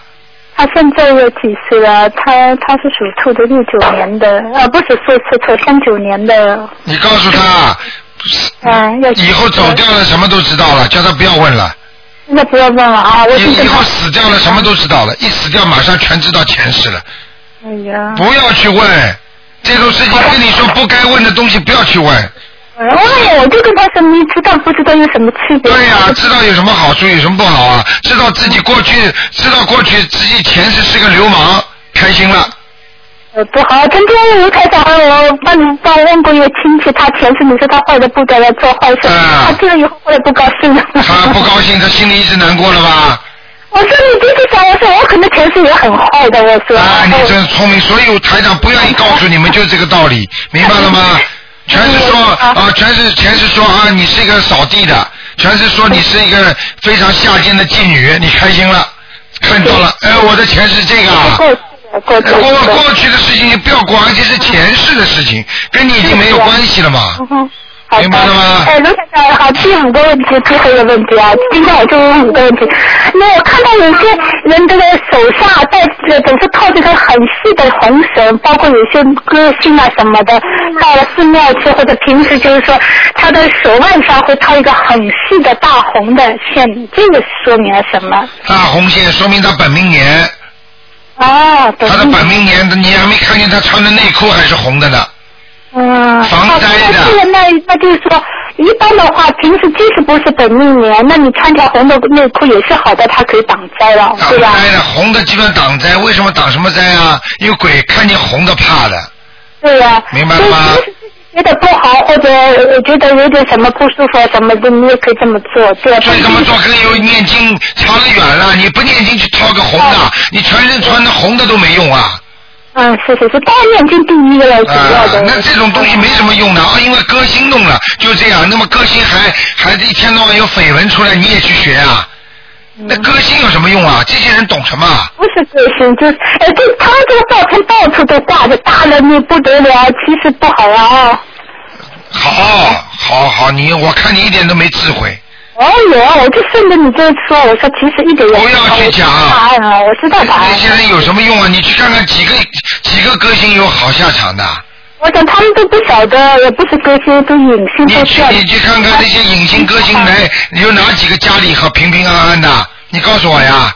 他现在有几岁了？他他是属兔的，六九年的，呃，不是说错错，三九年的，你告诉他，嗯，要以后走掉了什么都知道了，叫他不要问了。现在不要问了啊，我已以经以跟后他，死掉了什么都知道了，一死掉马上全知道前世了。哎呀，不要去问这种事情，跟你说不该问的东西不要去问。哎呀，我就跟他说，你知道不知道有什么区别？对呀、知道有什么好处，有什么不好啊？知道自己过去，知道过去自己前世是个流氓，开心了。呃，不好，今天卢台长，我帮你帮我问过一个亲戚，他前世你说他坏的不得了，做坏事，啊他听了以后后来不高兴了。他不高兴，他心里一直难过了吧？ 我说你就是想，我说我可能前世也很坏的，我说。啊，然你后真聪明，所以我台长不愿意告诉你们，就是这个道理，明白了吗？全是说 啊，全是全是说啊，你是一个扫地的，全是说你是一个非常下贱的妓女，你开心了，看到了，哎，我的钱是这个啊。过去了，过去过了。过去的事情你不要管，而且是前世的事情，跟你已经没有关系了嘛。嗯哼好的明白了吗哎，卢先生，好，第五个问题，最后一个问题啊，今天我就问五个问题。那我看到有些人这个手下戴着总是套这个很细的红绳，包括有些歌星啊什么的，到了寺庙去或者平时就是说，他的手腕上会套一个很细的大红的线，这个说明了什么？大啊红线说明他本命年，哦，懂他的了本命年，你还没看见他穿的内裤还是红的呢。嗯，防好，呆的那这个那那就是说，一般的话，平时即使不是本命年，那你穿条红的内裤也是好的，它可以挡灾了，挡对吧？灾的，红的基本挡灾，为什么挡什么灾啊？因为鬼看见红的怕的，对呀、明白了吗所以平时自己觉得不好，或者呃觉得有点什么不舒服啊什么的，你也可以这么做，对吧？所以这么做跟有念经差得远了。你不念经去套个红的哦，你全身穿的红的都没用啊！嗯，是是是，当然念经第一个了，主啊、要的。那这种东西没什么用的啊，因为歌星弄了就这样，那么歌星还还一天到晚有绯闻出来，你也去学啊？嗯那歌星有什么用啊？这些人懂什么啊？不是个性，就是哎，这他这个照片到处都挂着，大了你不得了，其实不好啊。哦好，好，好，你我看你一点都没智 慧。哦，有，我就顺着你这说，我说其实一点也不要去讲答案啊，我知道答那案些。人有什么用啊？你去看看几个几个歌星有好下场的？我想他们都不晓得，也不是歌星，都隐性你都去这样。你去看哎看那些影星歌星来，你有哪几个家里和平平安安的？你告诉我呀。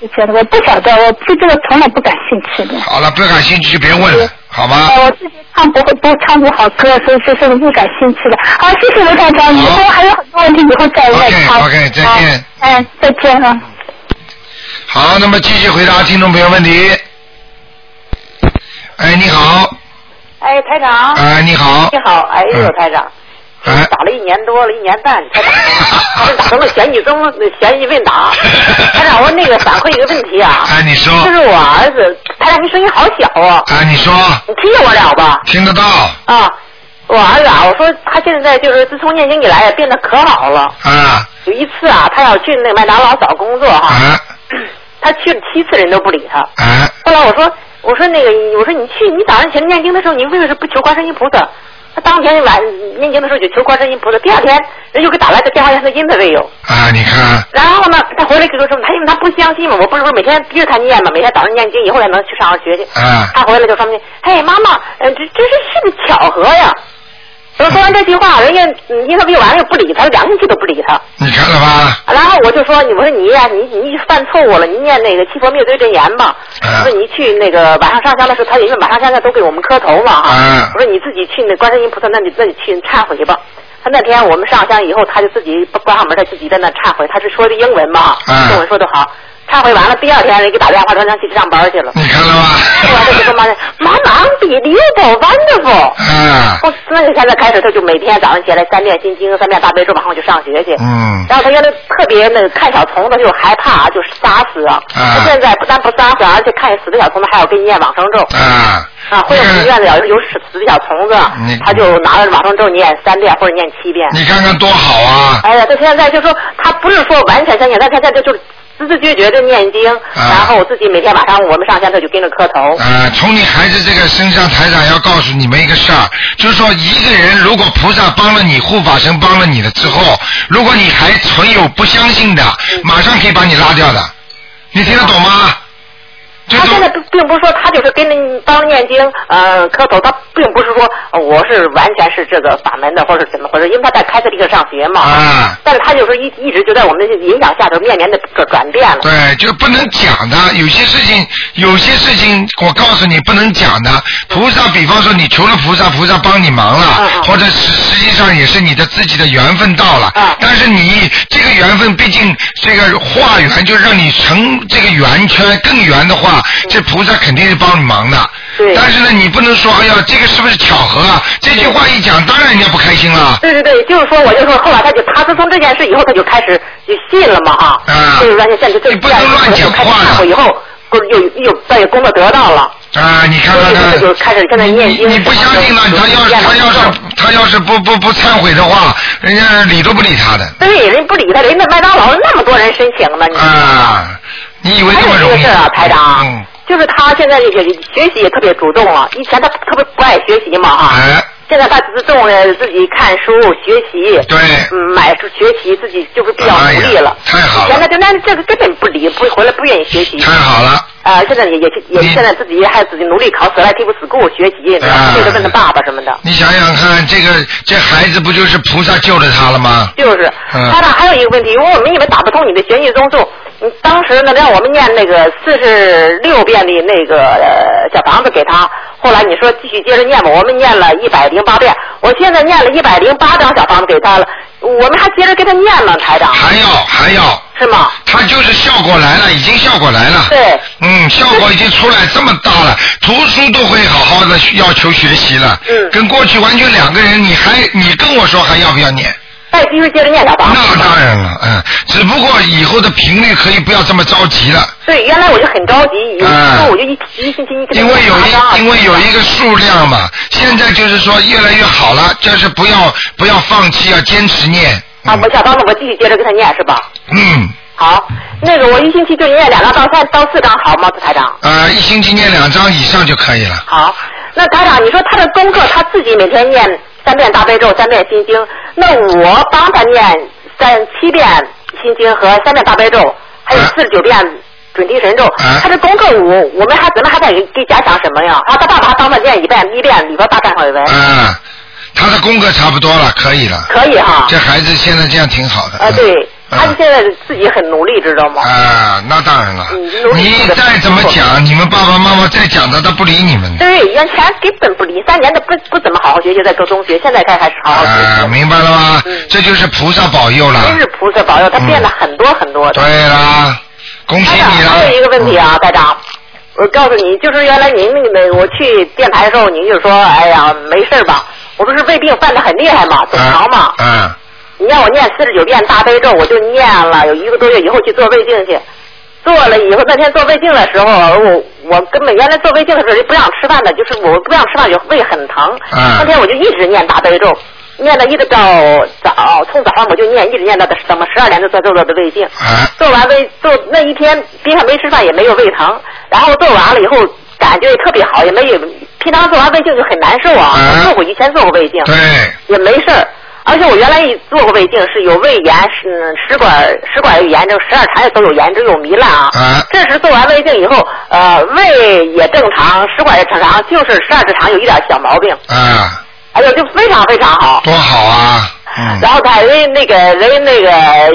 之前我不晓得，我对这个从来不感兴趣的。好了，不感兴趣就别问了，好吗？呃，我自己唱不会，不唱不好歌，所以就是不感兴趣的。好，谢谢刘站长，以后好还有很多问题，以后再问。 OK，好 OK，再见。好嗯，再见啊。好，那么继续回答听众朋友问题。哎，你好，哎，台长，哎，你好你，好，哎嗯呦，台长， 哎，打了一年多了，一年半，台长，还是打成了悬疑中悬疑问 答。台长，我那个反馈一个问题啊，哎，你就说，是我儿子，台长，你声音好小啊，哎，你说，你听见我了吧？听得到啊，我儿子啊，我说他现在就是自从念经以来啊，变得可好了。啊有一次啊，他要去那麦当劳找工作哈、啊他去了七次人都不理他。啊！后来我说，我说那个，我说你去，你早上起来念经的时候，你为什么不求观世音菩萨？他当天晚念经的时候就求观世音菩萨，第二天人又给打来的电话，让他阴的没有。啊，你看，然后呢，他回来跟我说，他因为他不相信嘛，我不是说每天逼着他念嘛，每天早上念经以后才能去上上学去。啊他回来就说明，嘿，妈妈，呃，这这是是不是巧合呀？我说完这句话，人家嗯阴他没有完了又不理他，两个星期都不理他。你看了吧？然后我就说，你我说你呀、你你犯错误了，你念那个七佛灭罪真言吧。嗯我说你去那个晚上上香的时候，他因为晚上上香都给我们磕头嘛哈。嗯我说你自己去那观世音菩萨那里那里去忏悔去吧。他那天我们上香以后，他就自己不关上门，他自己在那忏悔，他是说的英文嘛，嗯中文说的好。忏悔完了，第二天人给打电话说让他去上班去了。你看了后来他就吧？ 说妈妈，妈妈，unbelievable wonderful。啊，我那个现在开始，他就每天早上起来三遍心经，三遍大悲咒，晚上就上学去。嗯然后他原来特别那个看小虫子就害怕，就是杀死啊。啊他现在不但不杀死，而且看见死的小虫子还要给你念往生咒。啊，啊，或者你看是院子要是有死死的小虫子你，他就拿着往生咒念三遍或者念七遍。你看看多好啊！哎呀，他现在就说他不是说完全相信，但他现在就就是孜孜觉觉的念经，然后我自己每天晚上我们上香他就跟着磕头。啊，从你孩子这个身上，台长要告诉你们一个事儿，就是说，一个人如果菩萨帮了你，护法神帮了你了之后，如果你还存有不相信的，嗯马上可以把你拉掉的，你听得懂吗？这他现在不并不是说他就是跟着帮着念经，呃，磕头，他并不是说呃我是完全是这个法门的或者怎么回事，因为他在开特利克上学嘛。啊。但是他就是一一直就在我们的影响下头面临的转转变了。对，就不能讲的，有些事情，有些事情，我告诉你不能讲的。菩萨，比方说你求了菩萨，菩萨帮你忙了，或者实实际上也是你的自己的缘分到了。但是你这个缘分，毕竟这个化缘，就让你成这个圆圈更圆的话，这菩萨肯定是帮你忙的。但是呢，你不能说，哎呀，这个是不是巧合啊？这句话一讲，当然人家不开心了。对对对，就是说，我就说，后来他就，他自从这件事以后，他就开始就信了嘛啊，就是说，现在就不能乱讲话了。以后，不是又又在功德得到了。啊，你看看看，就开始现在念经。你不相信了，他要他要是他要是不不不忏悔的话，人家理都不理他的。对，人不理他，人家麦当劳那么多人申请呢，你啊，你以为这么容易？嗯还有一个事儿啊，台长，嗯就是他现在也也学习也特别主动了，以前他特别不爱学习嘛啊。哎现在他自重了自己看书学习，对，嗯，买书学习自己就是比较努力了。哎太好以前他就那这个根本不理，不回来不愿意学习。太好了。啊、现在也也也现在自己还自己努力考 selective school 学习，啊然后这个问他爸爸什么的。你想想看，这个这孩子不就是菩萨救了他了吗？就是，嗯他呢还有一个问题，因为我们也为打不通你的玄学综述，你嗯当时呢让我们念那个四十六遍的那个、呃、小房子给他，后来你说继续接着念吧，我们念了一百零八遍，我现在念了一百零八张小房子给他了，我们还接着给他念呢，台长。还要还要。是吗？他就是效果来了，已经效果来了。对。嗯，效果已经出来这么大了，图书都会好好的要求学习了。嗯。跟过去完全两个人，你还你跟我说还要不要念？再继续接着念小房子。那当然了，嗯，只不过以后的频率可以不要这么着急了。对，原来我就很着急，有时候我就一一星期一嗯因为有一因为有一个数量嘛，现在就是说越来越好了，就是不要不要放弃，要坚持念。啊，我小房子我继续接着给他念是吧？嗯，好，那个我一星期就念两张到三到四张好吗，台长？呃，一星期念两张以上就可以了。好，那台长，你说他的功课他自己每天念三遍大悲咒，三遍心经，那我帮他念三七遍心经和三遍大悲咒，还嗯有四十九遍准提神咒。他这功课我我们还咱们还得给加强什么呀？啊，他爸爸还帮他念一遍一遍礼佛大忏悔文。嗯，他的功课差不多了，可以了。可以哈这孩子现在这样挺好的。 嗯啊，对，他现在嗯自己很努力，知道吗？啊，那当然了。你再怎么讲，你们爸爸妈妈再讲他，他不理你们的。对，原前根本不理，三年的不不怎么好好学习，在读中学，现在才开始好好学习。啊，明白了吗？这就是菩萨保佑了。嗯真是菩萨保佑，他变得很多很多的。对啦，恭喜嗯你了。嗯还有一个问题啊，台长，我告诉你，就是原来您那个，我去电台的时候，您就说，哎呀，没事儿吧，我不是胃病犯的很厉害嘛，总挠嘛。嗯。你让我念四十九遍大悲咒，我就念了有一个多月，以后去做胃镜去。做了以后，那天做胃镜的时候，我我根本原来做胃镜的时候就不让吃饭的，就是我不让吃饭就胃很疼。嗯那天我就一直念大悲咒，念到一直到早，从早上我就念，一直念到怎么十二点就做做的胃镜。啊做完胃做那一天，边上没吃饭也没有胃疼，然后做完了以后感觉也特别好，也没有平常做完胃镜就很难受啊。我做过以前做过胃镜，对，也没事儿。而且我原来也做过胃镜，是有胃炎，是嗯食管食管有炎症，十二肠也都有炎症，有糜烂啊。这时做完胃镜以后，呃，胃也正常，食管也正常，就是十二指肠有一点小毛病。啊，哎呦，就非常非常好。多好啊！然后他人那个人那个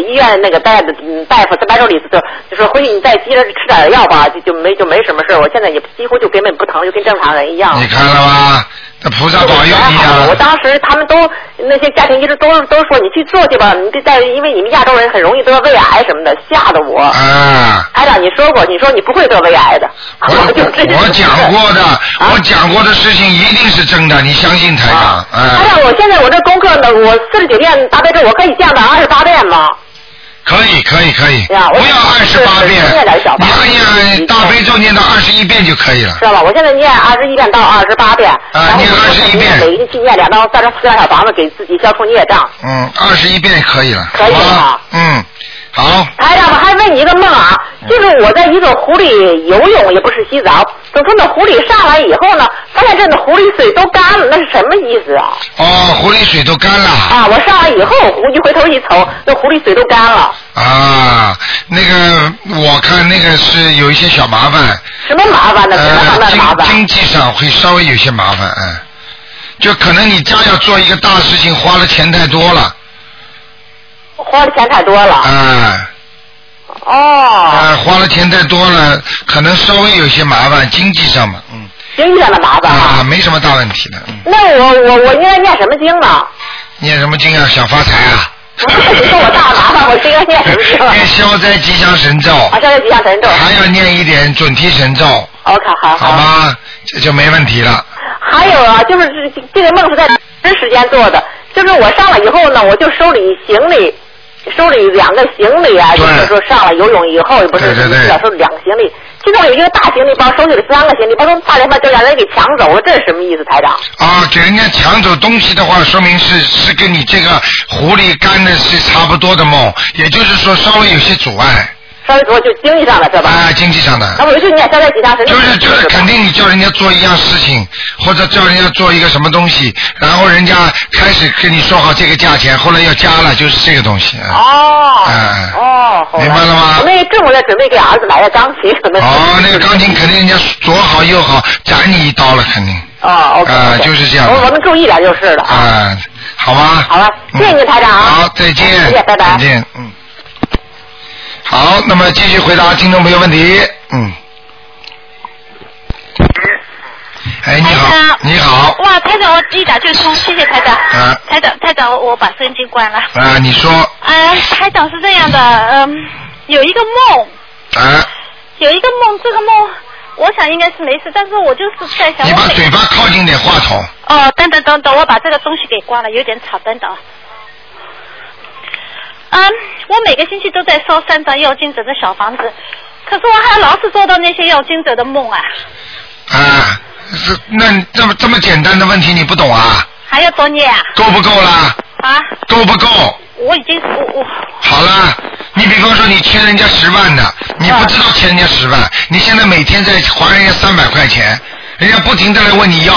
医院那个大夫嗯大夫在白手里就就说回去你再接着吃点药吧，就就没就没什么事儿我现在也几乎就根本不疼，就跟正常人一样。你看了吗？那菩萨保佑你啊！我当时他们都那些家庭医生都都说你去做去吧，你别再因为你们亚洲人很容易得胃癌什么的，吓得我。啊！台长，你说过，你说你不会得胃癌的， 我我讲过啊的，我讲过的事情一定是真的，你相信台长？台哎，长，啊我现在我这功课呢，我四十九遍大悲咒，我可以降到二十八遍吗？可以，可以，可以，呀，我不要二十八遍念点小，吧你按念大悲咒念到二十一遍就可以了。知道吧？我现在念二十一遍到二十八遍，啊然后我就是念每一个去念两到三十四张小房子，给自己消除孽障，嗯，二十一遍可以了，可以好吧吗？嗯，好，台哎长，我还问你一个梦啊，嗯就是我在一个湖里游泳，也不是洗澡，等从那湖里上来以后呢，发现这那湖里水都干了，那是什么意思啊？哦，湖里水都干了啊，我上来以后，我一回头一瞅，那湖里水都干了，啊，那个我看那个是有一些小麻烦，什么麻烦呢？什么方呃，面的麻经烦？经济上会稍微有些麻烦，嗯，就可能你家要做一个大事情，花的钱太多了，花的钱太多了。啊、哦，啊，花了钱太多了，可能稍微有些麻烦，经济上嘛，嗯，经济上的麻烦啊，啊。没什么大问题的，嗯，那我我我应该念什么经呢？念什么经啊？想发财啊？不是你说我大麻 烦，我是应该念什么经啊？念消灾吉祥神咒，啊，现在吉祥神咒。还要念一点准提神咒， OK，好呃好吗？这就没问题了。还有啊，就是这这个梦是在真时间做的，就是我上来以后呢，我就收理行李，收理两个行李啊，对就是说上来游泳以后，也不是对对对要收两个行李。现在我有一个大行李包，收起了三个行李包，从大连包就让人给抢走了，这是什么意思，台长？啊，给人家抢走东西的话，说明是是跟你这个狐狸干的是差不多的梦，也就是说稍微有些阻碍稍微说就经济上了，是吧？啊，经济上那的，我就念消灾吉祥神咒，就是就是吧肯定你叫人家做一样事情，或者叫人家做一个什么东西，然后人家开始跟你说好这个价钱，后来要加了，就是这个东西啊。哦哎哦，明白了吗我那正我在准备给儿子买个钢琴，可能是哦，那个钢琴肯定人家左好右好斩你一刀了，肯定哦，OK，啊就是这样的我我们注意点就是了啊。啊，好吧。嗯好了，谢谢您台长啊。好，再见。谢谢，拜拜。再见，嗯。好，那么继续回答听众朋友问题。嗯。哎，你台好长，你好，哇，台长，我一打就通，谢谢台长。啊台长，台长，我把收音机关了。啊，你说，啊，台长是这样的，嗯，有一个梦，啊，有一个梦，这个梦，我想应该是没事，但是我就是在想，你把我嘴每巴靠近点话筒，哦，等等等等，我把这个东西给关了，有点吵，等等啊。嗯，我每个星期都在烧三张要经者的小房子，可是我还老是做到那些要经者的梦啊，啊，是那你这么这么简单的问题你不懂啊？还要作孽啊够不够啦？啊！够不够？我已经我我好啦，你比方说你欠人家十万的，你不知道欠人家十万，你现在每天在还人家三百块钱，人家不停的来问你要，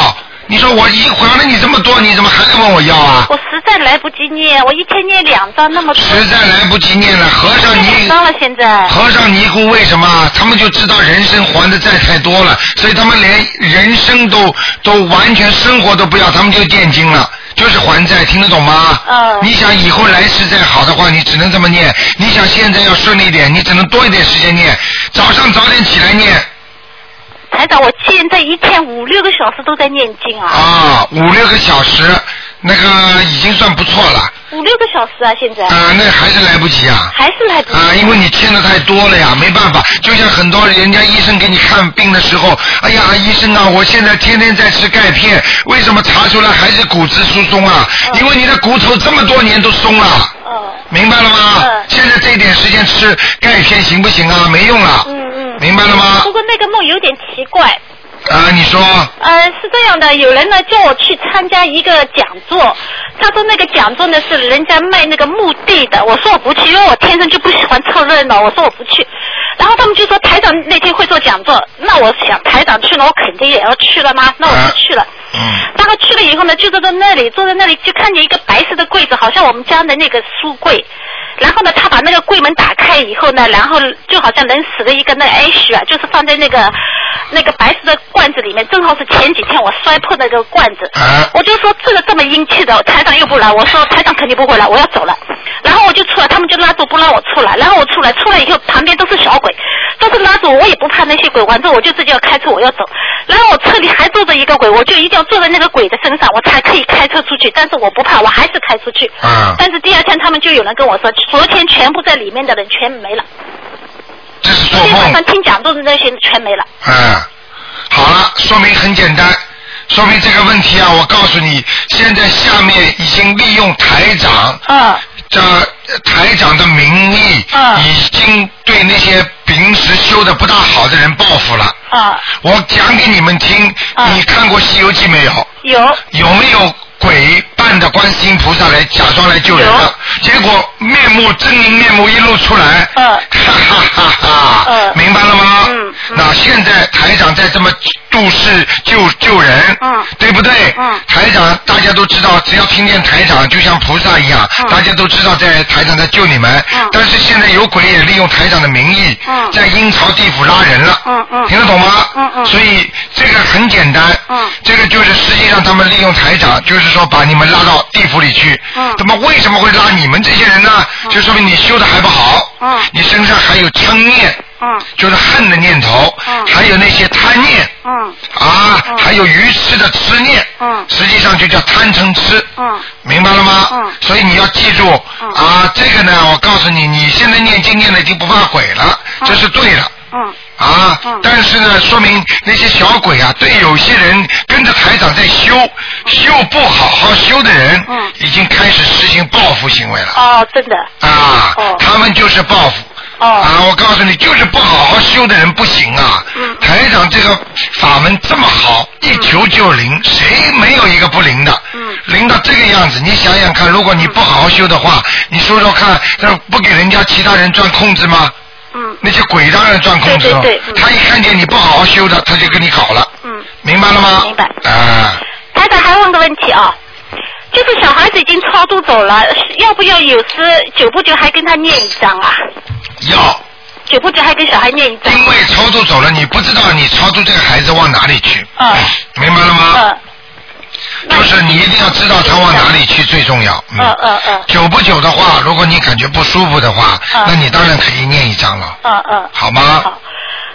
你说我已经还了你这么多，你怎么还来问我要啊？我实在来不及念，我一天念两张那么多，实在来不及念了，和尚念两尼张了现在。和尚尼姑为什么？他们就知道人生还的债太多了，所以他们连人生都都完全生活都不要，他们就念经了。就是还债，听得懂吗？嗯你想以后来世再好的话，你只能这么念；你想现在要顺利一点，你只能多一点时间念。早上早点起来念台长，我现在一天五六个小时都在念经啊，啊，五六个小时，那个已经算不错了。五六个小时啊，现在啊、那还是来不及啊。还是来不及。啊，因为你欠的太多了呀，没办法。就像很多人家医生给你看病的时候，哎呀，医生啊，我现在天天在吃钙片，为什么查出来还是骨质疏松啊？因为你的骨头这么多年都松了，嗯明白了吗嗯？现在这点时间吃钙片行不行啊？没用了，嗯嗯。明白了吗不？过那个梦有点奇怪，啊，你说呃，是这样的，有人呢叫我去参加一个讲座，他说那个讲座呢是人家卖那个墓地的，我说我不去，因为我天生就不喜欢凑热闹，我说我不去。然后他们就说台长那天会做讲座，那我想台长去了，我肯定也要去了嘛，那啊我就去了。嗯大概去了以后呢，就坐在那里，坐在那里就看见一个白色的柜子，好像我们家的那个书柜。然后呢，他把那个柜门打开以后呢，然后就好像人死的一个那 H 啊，就是放在那个那个白色的罐子里面，正好是前几天我摔破那个罐子。啊我就说这个这么阴气的台长又不来，我说台长肯定不会来，我要走了。然后我就出来，他们就拉住不让我出来，然后我出来，出来以后旁边都是小鬼，都是拉住我，我也不怕那些鬼，反正我就自己要开车，我要走。然后我车里还坐着一个鬼，我就一定要坐在那个鬼的身上，我才可以开车出去。但是我不怕，我还是开出去。啊，但是第二天他们就有人跟我说，昨天全部在里面的人全没了，这是昨做天梦晚上。听讲座的那些人全没了。啊，好了，说明很简单，说明这个问题啊，我告诉你，现在下面已经利用台长嗯这台长的名义，嗯已经对那些平时修的不大好的人报复了。啊，我讲给你们听，嗯你看过《西游记》没有？有有没有鬼扮的观世音菩萨来假装来救人的？结果面目狰狞，面目一露出来，嗯，哈哈哈哈，嗯，明白了吗？嗯，那现在台长在这么度世救救人，嗯，对不对？嗯，台长大家都知道，只要听见台长，就像菩萨一样，大家都知道在台长在救你们，嗯，但是现在有鬼也利用台长的名义，嗯，在阴曹地府拉人了，嗯嗯，听得懂吗？嗯嗯，所以这个很简单，嗯，这个就是实际上他们利用台长，就是说把你们拉到地府里去，嗯，那么为什么会拉你们这些人呢？就说明你修的还不好，嗯，你身上还有嗔念，嗯，就是恨的念头，嗯，还有那些贪念，嗯，啊，还有愚痴的痴念，嗯，实际上就叫贪嗔痴，嗯，明白了吗？嗯，所以你要记住，啊，这个呢，我告诉你，你现在念经念的已经不怕鬼了，这是对了。嗯啊，但是呢，说明那些小鬼啊，对有些人跟着台长在修，修不好好修的人，已经开始实行报复行为了。哦，真的。啊，他们就是报复。哦啊，我告诉你，就是不好好修的人不行啊。台长这个法门这么好，一求就灵，谁没有一个不灵的？灵到这个样子，你想想看，如果你不好好修的话，你说说看，那不给人家其他人钻空子吗？嗯那些鬼当然钻空子了，对对对嗯他一看见你不好好修的，他就跟你搞了，嗯，明白了吗？明白。啊，台长还问个问题啊，就是小孩子已经超度走了，是要不要有时久不久还跟他念一张啊？要，久不久还跟小孩念一张。因为超度走了，你不知道你超度这个孩子往哪里去，嗯明白了吗嗯？就是你一定要知道他往哪里去最重要。嗯嗯嗯嗯久不久的话，如果你感觉不舒服的话，嗯那你当然可以念一张了，嗯嗯。好吗？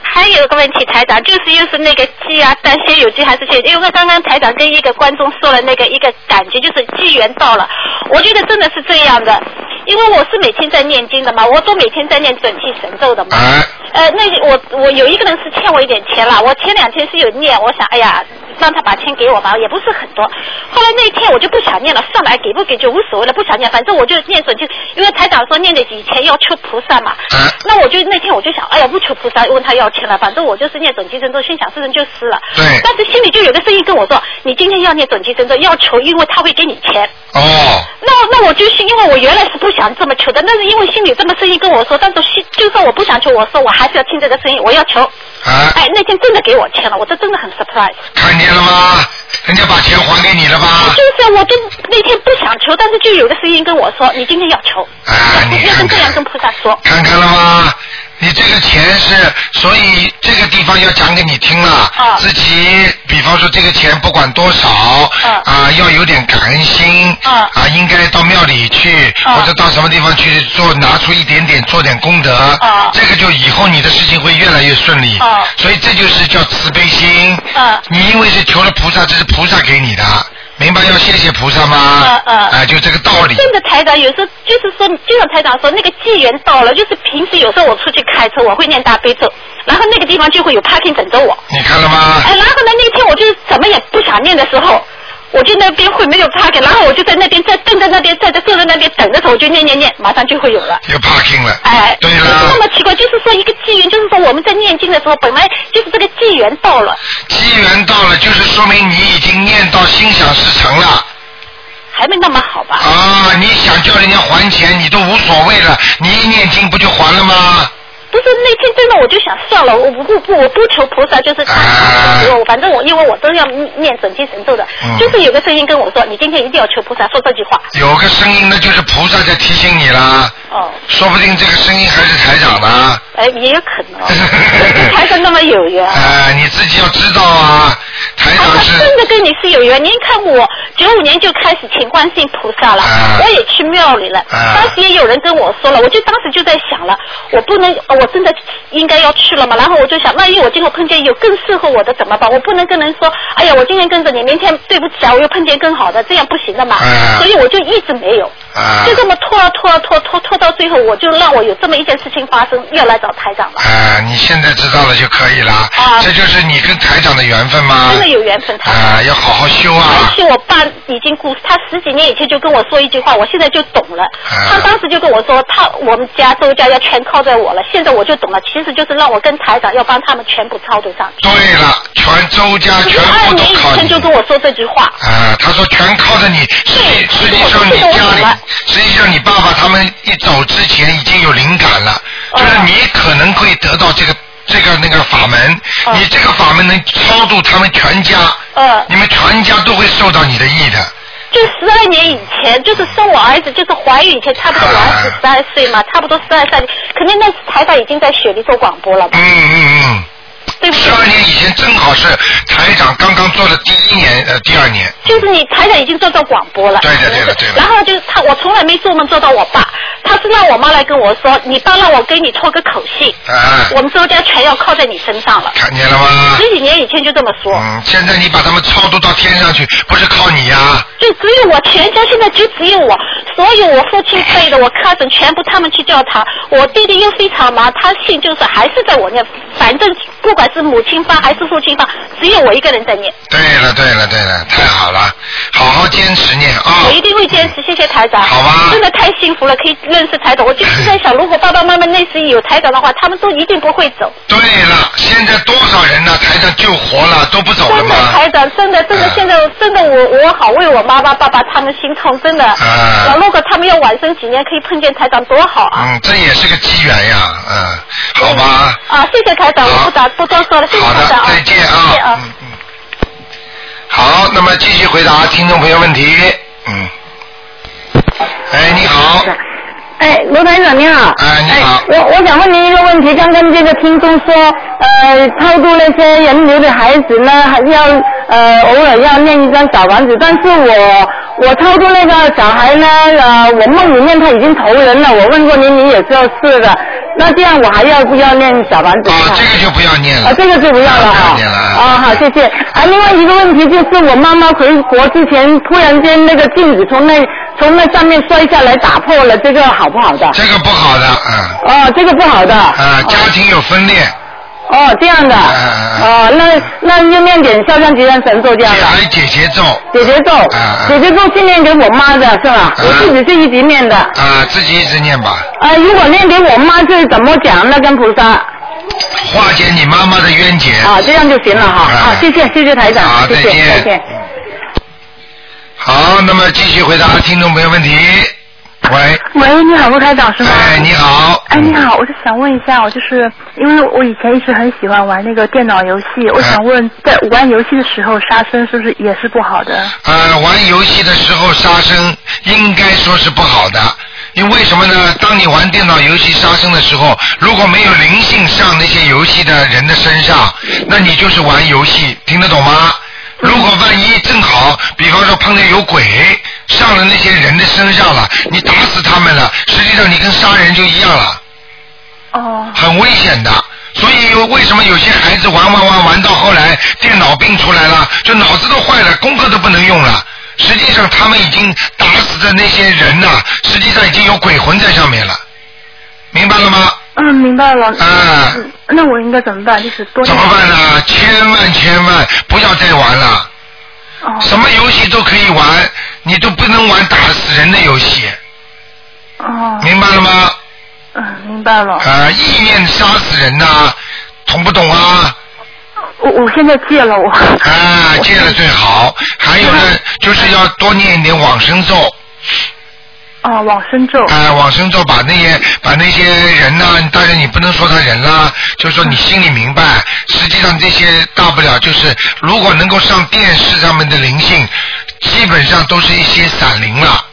还有个问题，台长，就是又是那个鸡啊，但先有鸡还是先？因为刚刚台长跟一个观众说了那个一个感觉，就是机缘到了。我觉得真的是这样的，因为我是每天在念经的嘛，我都每天在念准提神咒的嘛。哎呃，那个我我有一个人是欠我一点钱了，我前两天是有念，我想哎呀，让他把钱给我吧，也不是很多。后来那一天我就不想念了，算了，哎给不给就无所谓了，不想念，反正我就念准提，因为台长说念的以前要求菩萨嘛。 那我就那天我就想，哎呀，不求菩萨，问他要钱了，反正我就是念准提神咒，心想事成就是了。对但是心里就有个声音跟我说，你今天要念准提神咒，要求，因为他会给你钱。哦，那那我就是因为我原来是不想这么求的，但是因为心里这么声音跟我说，但是心就算我不想求，我说我还是要听这个声音，我要求。哎，那天真的给我钱了，我这真的很 surprise。看见了吗？人家把钱还给你了吧？就是我就那天不想求，但是就有个声音跟我说，你今天要求。啊，你要看跟这看。样跟菩萨说。看看了吗？你这个钱是，所以这个地方要讲给你听了。自己，比方说这个钱不管多少，啊、要有点感恩心。啊、应该到庙里去，或者到什么地方去做，拿出一点点，做点功德。啊、这个就以后你的事情会越来越顺利。啊、所以这就是叫慈悲心。啊、你因为是求了菩萨，这是菩萨给你的，明白要谢谢菩萨吗？啊、就这个道理。真的台长，有时候就是说，就像台长说，那个机缘到了，就是平时有时候我出去开车，我会念大悲咒，然后那个地方就会有 parking 等着我。你看了吗？哎，然后呢，那天我就是怎么也不想念的时候，我就那边会没有 parking，然后我就在那边在蹲在那边在在坐在那边等的时候，我就念念念，马上就会有了。有 parking 了。哎，对就是了那么奇怪，就是说一个机缘，就是说我们在念经的时候，本来就是这个机缘到了，机缘到了，就是说明你已经念到心想事成了。还没那么好吧？啊，你想叫人家还钱，你都无所谓了，你一念经不就还了吗？不是那天真的，我就想算了，我不不不，我不求菩萨，就是啊他给我，反正我因为我都要念准提神咒的，嗯就是有个声音跟我说，你今天一定要求菩萨，说这句话。有个声音，那就是菩萨在提醒你啦。哦。说不定这个声音还是台长呢。哎，也有可 能，跟台上那么有缘。啊哎，你自己要知道啊，台长他真的跟你是有缘。您看我九五年就开始请观世音菩萨了，啊我也去庙里了。当时也有人跟我说了，我就当时就在想了，我不能，呃我真的应该要去了嘛。然后我就想，万一我今后碰见有更适合我的怎么办？我不能跟人说，哎呀，我今天跟着你，明天对不起啊，我又碰见更好的，这样不行的嘛。所以我就一直没有，啊就这么拖啊拖啊拖拖拖到最后，我就让我有这么一件事情发生，要来找台长了。啊，你现在知道了就可以了。这就是你跟台长的缘分吗真？的有缘分，台长。啊啊，要好好修啊而。且我爸已经故，他十几年以前就跟我说一句话，我现在就懂了。啊他当时就跟我说，他我们家周家要全靠在我了，现在我就懂了，其实就是让我跟台长要帮他们全部操作上去。对了，全周家全部二都年以靠前你。就跟我说这句话，啊，他说全靠着你，实际实际上你家里，实际像你爸爸他们一走之前已经有灵感了，就是你可能会得到这个这个那个法门，你这个法门能超度他们全家，你们全家都会受到你的益的。就十二年以前，就是生我儿子，就是怀孕以前，差不多我儿子十二岁嘛，差不多十二三，肯定那时台长已经在雪梨做广播了吧？嗯嗯嗯。十二年以前正好是台长刚刚做的第一年呃第二年，就是你台长已经做到广播了，对的对的对的然。后就是他，我从来没做梦做到我爸，他是让我妈来跟我说，你爸让我给你托个口信，啊，我们周家全要靠在你身上了。看见了吗？十几年以前就这么说，嗯，现在你把他们超度到天上去，不是靠你呀、就只有我全家现在就只有我，所有我父亲辈的我 cousin 全部他们去教堂，我弟弟又非常忙，他信就是还是在我那，反正不管是母亲方还是父亲方，只有我一个人在念，对了对了对了，太好了，好好坚持念啊、我一定会坚持，谢谢台长，好吧真的太幸福了，可以认识台长，我就是在想，如果爸爸妈妈那时有台长的话，他们都一定不会走，对了，现在多少人呢？台上救活了，都不走了真的吗？台长，真的真嗯的现在真的我我好为我妈妈爸爸他们心痛，真的，啊如果他们要晚生几年可以碰见台长多好啊！嗯，这也是个机缘呀，嗯，好吧，啊，谢谢台长，我不打不多说了，谢嗯谢好台长的，啊，再见谢谢啊，啊嗯嗯，好，那么继续回答听众朋友问题，嗯，哎，你好，哎，罗台长你好。哎，你好，我我想问您一个问题，刚刚这个听众说，呃，超度那些人流的孩子呢，还要呃偶尔要念一张小房子，但是我我超度那个小孩呢，呃，我梦里面他已经投人了，我问过您，您也说是的，那这样我还要不要念小房子？啊，这个就不要念了啊，，这个就不要了啊哈不要念了。啊，好，谢谢。啊，另外一个问题就是我妈妈回国之前，突然间那个镜子从那从那上面摔下来，打破了，这个好不好的？这个不好的，嗯，哦，这个不好的。啊，家庭有分裂，哦，这样的。嗯哦，那那就念点肖像吉人神咒这样的。还解结咒，姐姐咒嗯，姐姐咒是念给我妈的是吧？嗯我自己是一直念的。啊，自己一直念吧，啊，如果念给我妈是怎么讲？那跟菩萨化解你妈妈的冤结。啊，这样就行了哈。嗯啊，谢谢谢谢台长哎好，谢谢再见再见。好，那么继续回答听众朋友问题。喂，喂，你好，陆台长是吗？哎，你好，哎，你好，我就想问一下，我就是因为我以前一直很喜欢玩那个电脑游戏，啊我想问，在玩游戏的时候杀生是不是也是不好的？呃，玩游戏的时候杀生应该说是不好的，因为什么呢？当你玩电脑游戏杀生的时候，如果没有灵性上那些游戏的人的身上，那你就是玩游戏，听得懂吗？如果万一正好，比方说碰见有鬼上了那些人的身上了，你打死他们了，实际上你跟杀人就一样了。哦，很危险的。所以有为什么有些孩子玩玩玩玩到后来电脑病出来了，就脑子都坏了，功课都不能用了。实际上他们已经打死的那些人呐、实际上已经有鬼魂在上面了，明白了吗？嗯，明白了。啊、嗯，那我应该怎么办？就是多怎念么办呢？千万千万不要再玩了，哦什么游戏都可以玩，你都不能玩打死人的游戏，哦，明白了吗？嗯，明白了。啊，意念杀死人呐、懂不懂啊？我我现在戒了我。啊，戒了最好。还有呢，就是要多念一点往生咒，哦，往生咒。嗯啊，往生咒把那些把那些人呐、当然你不能说他人啦，就是说你心里明白。实际上这些大不了就是，如果能够上电视上面的灵性，基本上都是一些散灵了，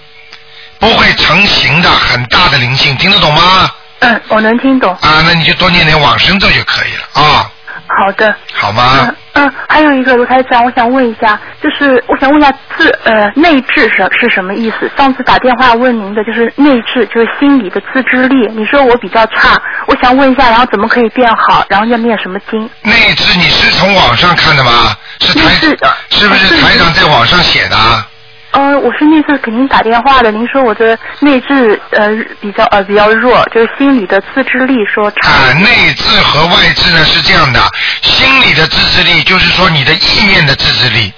不会成型的很大的灵性，听得懂吗？嗯，我能听懂。啊，那你就多念点往生咒就可以了啊，好的。好吗嗯？嗯，还有一个卢台长，我想问一下，就是我想问一下自呃内治是是什么意思？上次打电话问您的就是内治，就是心理的自制力。你说我比较差，我想问一下，然后怎么可以变好？然后要念什么经？那只你是从网上看的吗？是台是的啊是不是是台长在网上写的啊？呃，我是那次给您打电话的，您说我的内治呃比较呃比较弱，就是心理的自制力说啊差。，内治和外治呢是这样的，心理的自制力就是说你的意念的自制力，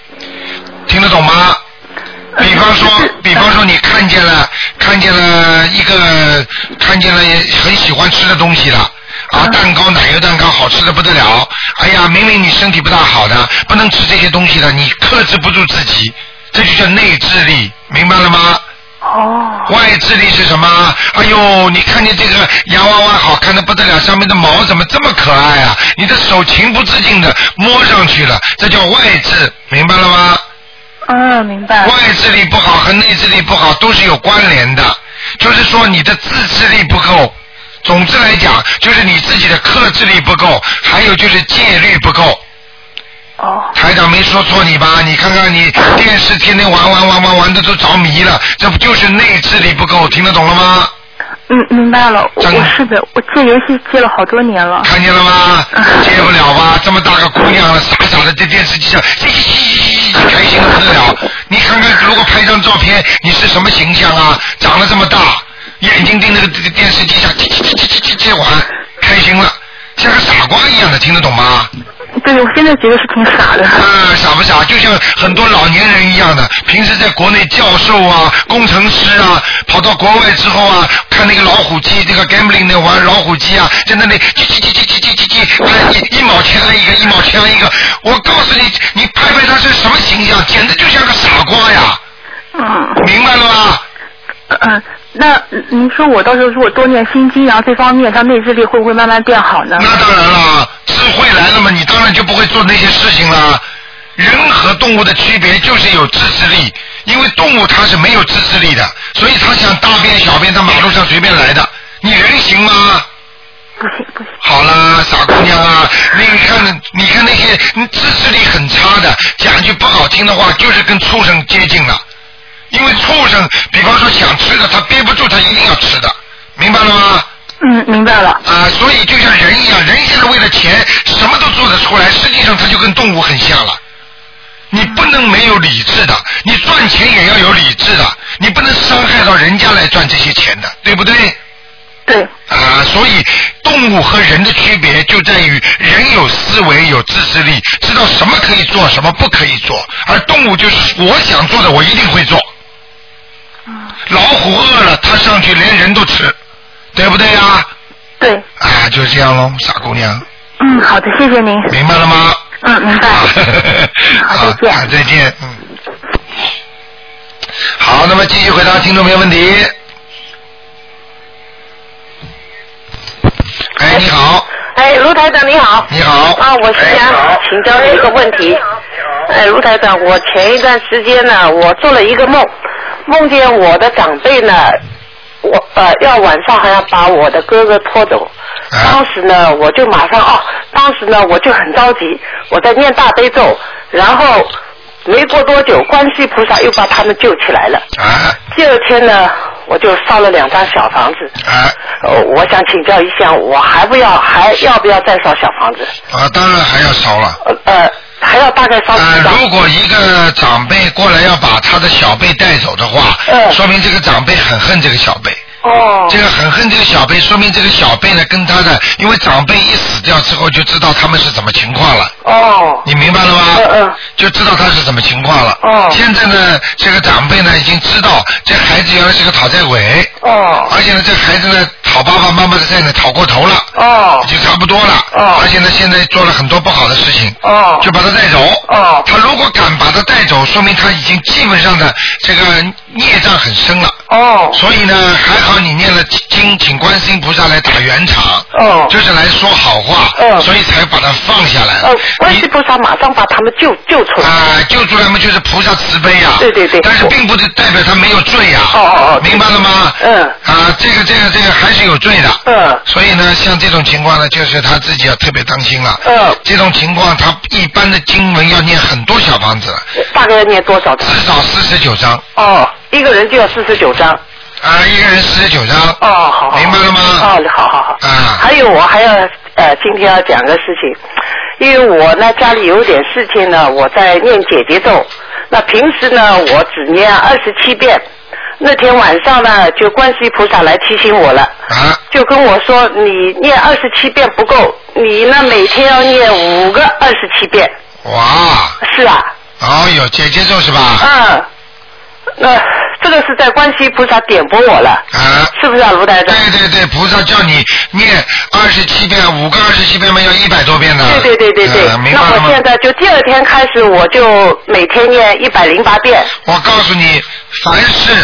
听得懂吗？呃比方说就是，比方说你看见了看见了一个看见了很喜欢吃的东西了。啊，蛋糕、奶油蛋糕好吃的不得了。哎呀，明明你身体不大好的，不能吃这些东西的，你克制不住自己，这就叫内治力，明白了吗？哦，外智力是什么？哎呦，你看见这个洋娃娃好看的不得了，上面的毛怎么这么可爱啊？你的手情不自禁的摸上去了，这叫外智，明白了吗？嗯，明白。外智力不好和内智力不好都是有关联的，就是说你的自制力不够。总之来讲，就是你自己的克制力不够，还有就是戒律不够。哦。台长没说错你吧？你看看你电视天天玩玩玩玩玩的都着迷了，这不就是内智力不够？听得懂了吗？嗯，明白了，我我是的，我戒游戏戒了好多年了。看见了吗？戒不了吧？这么大个姑娘了，傻傻的在电视机上，嘻嘻嘻嘻嘻，开心的不得了。你看看，如果拍张照片，你是什么形象啊？长得这么大，眼睛盯着个电视机上，叽叽叽叽叽叽叽玩，开心了，像个傻瓜一样的，听得懂吗？对，我现在觉得是挺傻 的。啊，傻不傻？就像很多老年人一样的，平时在国内教授啊、工程师啊，跑到国外之后啊，看那个老虎机，这个 gambling 的玩老虎机啊，在那里叽叽叽叽叽叽叽叽，按一一毛钱按一个，一毛钱按一个。我告诉你，你拍拍他是什么形象，简直就像个傻瓜呀！嗯明白了吗？嗯，那您说我到时候如果多念心经，然啊后这方面像内智力会不会慢慢变好呢？那当然了，智慧来了嘛，你当然就不会做那些事情啦。人和动物的区别就是有自制力，因为动物它是没有自制力的，所以它想大便小便在马路上随便来的。你人行吗？好啦，傻姑娘啊，你看，你看那些嗯自制力很差的，讲句不好听的话，就是跟畜生接近了。因为畜生，比方说想吃的，它憋不住，它一定要吃的，明白了吗？嗯，明白了。啊、所以就像人一样，人现在为了钱什么都做得出来，实际上他就跟动物很像了。你不能没有理智的，你赚钱也要有理智的，你不能伤害到人家来赚这些钱的，对不对？对。啊、所以动物和人的区别就在于人有思维、有自制力，知道什么可以做，什么不可以做，而动物就是我想做的，我一定会做。嗯老虎饿了，它上去连人都吃，对不对呀、对。啊，就是这样喽，傻姑娘，嗯，好的，谢谢您。明白了吗？嗯，明白。哎 好，再见。啊，再见，嗯。好，那么继续回答听众朋友问题。哎，哦你好，哎，卢台长你好。你好。啊，我想请教你一个问题。哎，卢台长，我前一段时间呢，我做了一个梦，梦见我的长辈呢，我呃要晚上还要把我的哥哥拖走。当时呢，我就马上哦，当时呢我就很着急，我在念大悲咒，然后没过多久，观世菩萨又把他们救起来了。啊。第二天呢，我就烧了两张小房子。啊。呃，我想请教一下，我还不要还要不要再烧小房子？啊，当然还要烧了。呃，还要大概烧呃，如果一个长辈过来要把他的小辈带走的话，说明这个长辈很恨这个小辈。哦。这个很恨这个小辈，说明这个小辈呢跟他的，因为长辈一死掉之后就知道他们是怎么情况了。哦。你明白了吗？嗯嗯。就知道他是什么情况了。哦。现在呢，这个长辈呢已经知道这孩子原来是个讨债鬼。哦。而且呢，这孩子呢讨爸爸妈妈的债呢讨过头了。哦。已经差不多了。哦。而且呢，现在做了很多不好的事情。哦。就把他带走。哦。他如果敢把他带走，说明他已经基本上的这个孽障很深了。哦。所以呢，还好你念了经，请观世音菩萨来打圆场。哦。就是来说好话。哦。所以才把他放下来。呃，观世菩萨马上把他们救救出来。啊，救出来嘛，就是菩萨慈悲呀、对对对。但是并不是代表他没有罪呀、哦哦哦。明白了吗？嗯。啊，这个这个这个还是有罪的。嗯。所以呢，像这种情况呢，就是他自己要特别当心了。嗯。这种情况，他一般的经文要念很多小房子，大概要念多少张？至少四十九章。哦，一个人就要四十九张。啊，一个人四十九张。哦，好好。明白了吗？哦，好好好。啊。还有，我还要呃，今天要讲个事情，因为我呢家里有点事情呢，我在念姐姐咒，那平时呢我只念二十七遍。那天晚上呢，就观世音菩萨来提醒我了，啊就跟我说你念二十七遍不够，你呢每天要念五个二十七遍。哇。是啊。哦哟，姐姐咒是吧？嗯，那、这个是在观世音菩萨点拨我了，是不是啊，卢台长？对对对，菩萨叫你念二十七遍，五个二十七遍嘛，要一百多遍呢。对对对对对，呃明那白了我吗？现在就第二天开始，我就每天念一百零八遍。我告诉你，凡是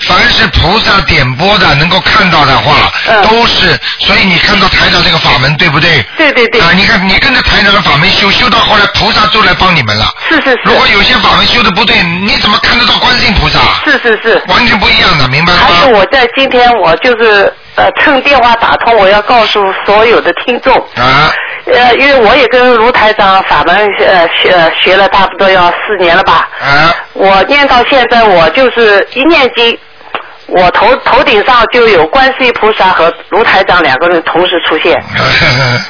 凡是菩萨点拨的，能够看到的话，嗯都是。所以你看到台长这个法门，对不对？对对对。啊，你看你跟着台长的法门修，修到后来菩萨都来帮你们了。是是是。如果有些法门修的不对，你怎么看得到观世音菩萨？是是是，完全不一样的，明白吗？还有我在今天我就是呃趁电话打通，我要告诉所有的听众。啊。呃，因为我也跟卢台长法门呃学呃学了差不多要四年了吧。啊。 我念到现在，我就是一念经，我头头顶上就有观世音菩萨和卢台长两个人同时出现。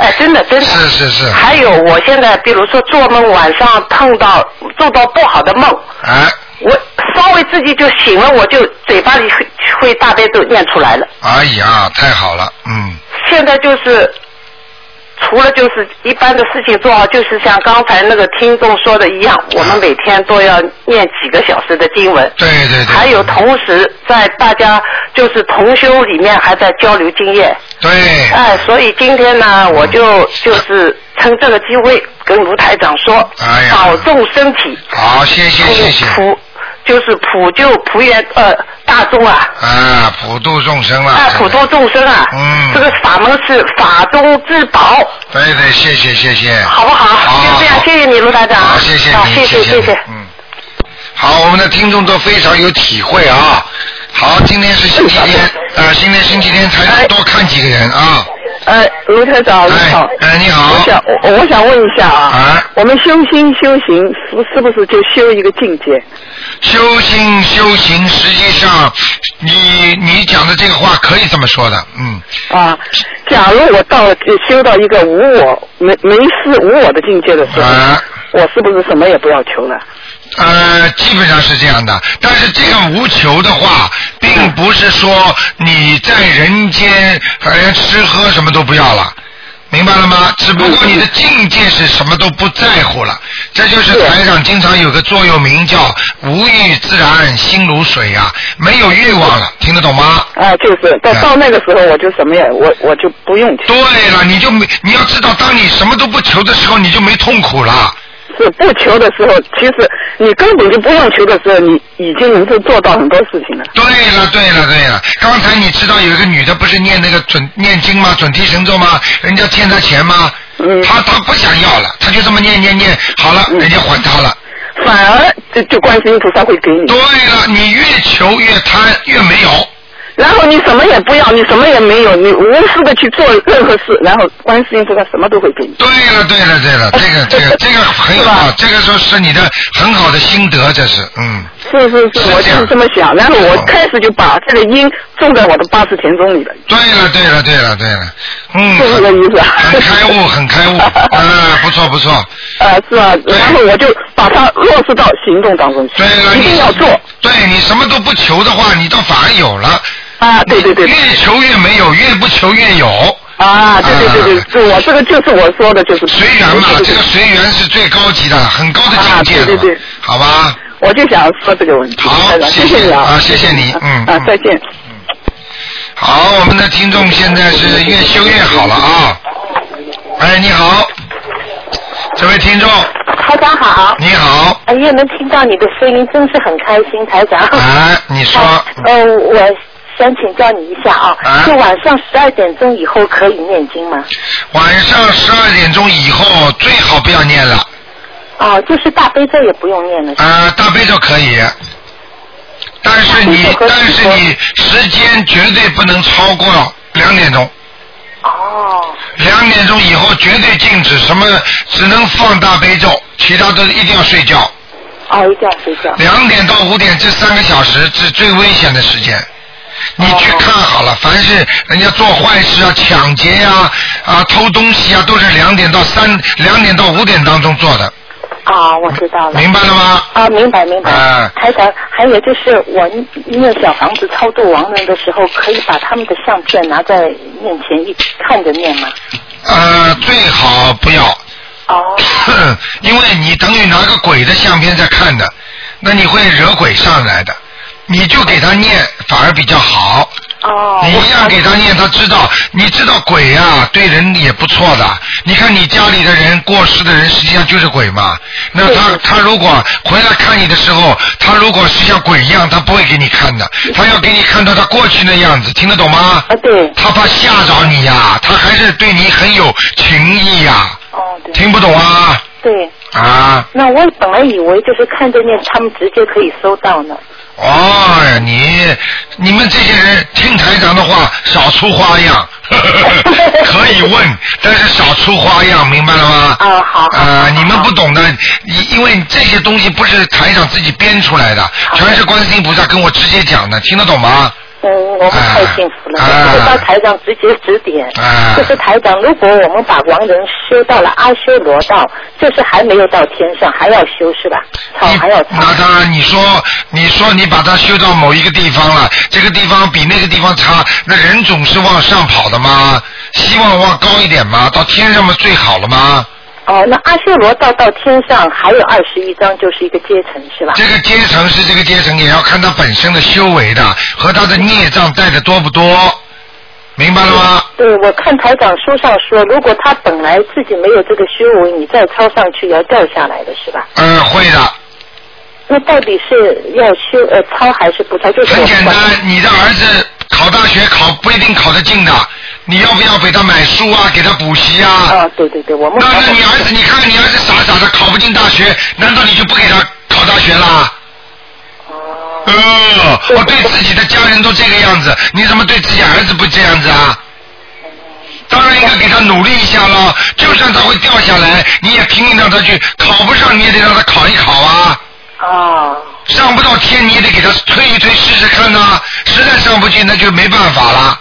哎，真的真的。是是是。还有，我现在比如说做梦，晚上碰到做到不好的梦，啊我稍微自己就醒了，我就嘴巴里会会大悲咒念出来了。哎呀，太好了，嗯，现在就是除了就是一般的事情做好，就是像刚才那个听众说的一样，我们每天都要念几个小时的经文。对对对。还有同时在大家就是同修里面还在交流经验。对。哎，所以今天呢，我就就是趁这个机会跟卢台长说，哎呀保重身体。好，谢谢谢谢。普就是普救普愿呃大众啊，啊，普度众生了。啊普度众生啊，嗯这个法门是法中之宝，对对，谢谢谢谢。好不好？就这样，谢谢你卢台长啊，好，谢谢啊你，谢谢谢你嗯，好，我们的听众都非常有体会啊。好，今天是星期天，呃，今天星期天台长多看几个人啊。呃，卢台长，你好。哎，你好。我想，我我想问一下啊，我们修心修行是是不是就修一个境界？修心修行，实际上你你讲的这个话可以这么说的，嗯，啊，假如我到了修到一个无我、没没事无我的境界的时啊候，我是不是什么也不要求了？呃，基本上是这样的。但是这个无求的话，并不是说你在人间呃吃喝什么都不要了。明白了吗？只不过你的境界是什么都不在乎了，这就是台上经常有个座右铭叫“无欲自然，心如水”啊，没有欲望了，听得懂吗？啊，就是到到那个时候，我就什么也我我就不用求。对了，你就没你要知道，当你什么都不求的时候，你就没痛苦了。是不求的时候，其实你根本就不用求的时候，你已经能够做到很多事情了。对了，对了，对了。刚才你知道有一个女的不是念那个准念经吗？准提神咒吗？人家欠她钱吗？嗯她她不想要了，她就这么念念念，好了，人家还她了。反而就就观世音菩萨会给你。对了，你越求越贪，越没有。然后你什么也不要，你什么也没有，你无私的去做任何事，然后观世音菩萨什么都会给你。对了，对 了，对了，这个这个这个很有道，这个说是你的很好的心得，这是嗯。是是是，我就是这么想。然后我开始就把这个因种在我的八十田中里了，对了，对了，对了，对了，嗯，是这个意思啊？很开悟，很 开悟，啊，不错不错。呃，是啊。然后我就把它落实到行动当中去。对了，一定要做。对你什么都不求的话，你倒反而有了。啊，对对对。越求越没有，越不求越有。啊，对对对对，是我这个就是我说的，就是随缘嘛，这个随缘是最高级的，很高的境界了，啊对对对好吧？我就想说这个问题。好，谢谢你啊，谢谢你，嗯啊，再见。好，我们的听众现在是越修越好了啊。哎，你好，这位听众，台长好。你好。哎呀，能听到你的声音，真是很开心，台长。哎，你说， 呃，我想请教你一下啊，就晚上十二点钟以后可以念经吗？晚上十二点钟以后最好不要念了，哦，就是大悲咒也不用念了。啊，大悲咒可以，但是你啊但是你时间绝对不能超过两点钟。哦。两点钟以后绝对禁止什么，只能放大悲咒，其他都一定要睡觉。哦，一定要睡觉。两点到五点这三个小时是最危险的时间。你去看好了，凡是人家做坏事啊、抢劫呀、啊、偷东西啊，都是两点到三、两点到五点当中做的。啊，我知道了。明白了吗？啊，明白明白。啊台长，还有就是我念小房子超度亡人的时候，可以把他们的相片拿在面前一看着念吗？呃，最好不要。哦。 因为你等于拿个鬼的相片在看的，那你会惹鬼上来的。你就给他念，反而比较好。哦。你一样给他念，他知道。你知道鬼啊，对人也不错的。你看你家里的人过世的人，实际上就是鬼嘛。那他他如果回来看你的时候，他如果是像鬼一样，他不会给你看的，他要给你看到他过去那样子，听得懂吗？啊，对。他怕吓着你呀、他还是对你很有情意呀、哦，对。听不懂啊？对，啊。那我本来以为就是看着念，他们直接可以收到呢。哦呀，你你们这些人听台长的话，少出花样， 可以问，但是少出花样，明白了吗？啊、好。啊，你们不懂的，因因为这些东西不是台长自己编出来的，全是观世音菩萨跟我直接讲的，听得懂吗？嗯，我们太幸福了，我们到台长直接指点。 啊就是台长，如果我们把亡人修到了阿修罗道，就是还没有到天上，还要修是吧？好，还有那当然，你说你说你把它修到某一个地方了，这个地方比那个地方差，那人总是往上跑的嘛，希望往高一点嘛，到天上嘛最好了嘛。哦，那阿修罗道到天上还有二十一章，就是一个阶层是吧？这个阶层是这个阶层，也要看他本身的修为的和他的孽障带的多不多，明白了吗？对，我看台长书上说，如果他本来自己没有这个修为，你再抄上去也要掉下来的是吧？嗯，会的。那到底是要修呃抄还是不抄？就是很简单，你的儿子考大学考不一定考得进的，你要不要给他买书啊，给他补习啊？啊，对对对，我们。那那你儿子，你看你儿子傻傻的考不进大学，难道你就不给他考大学啦？哦。呃，我对自己的家人都这个样子，你怎么对自己儿子不这样子啊？当然应该给他努力一下喽，就算他会掉下来，你也拼命让他去，考不上你也得让他考一考啊。上不到天你也得给他推一推试试看呐、实在上不去那就没办法了，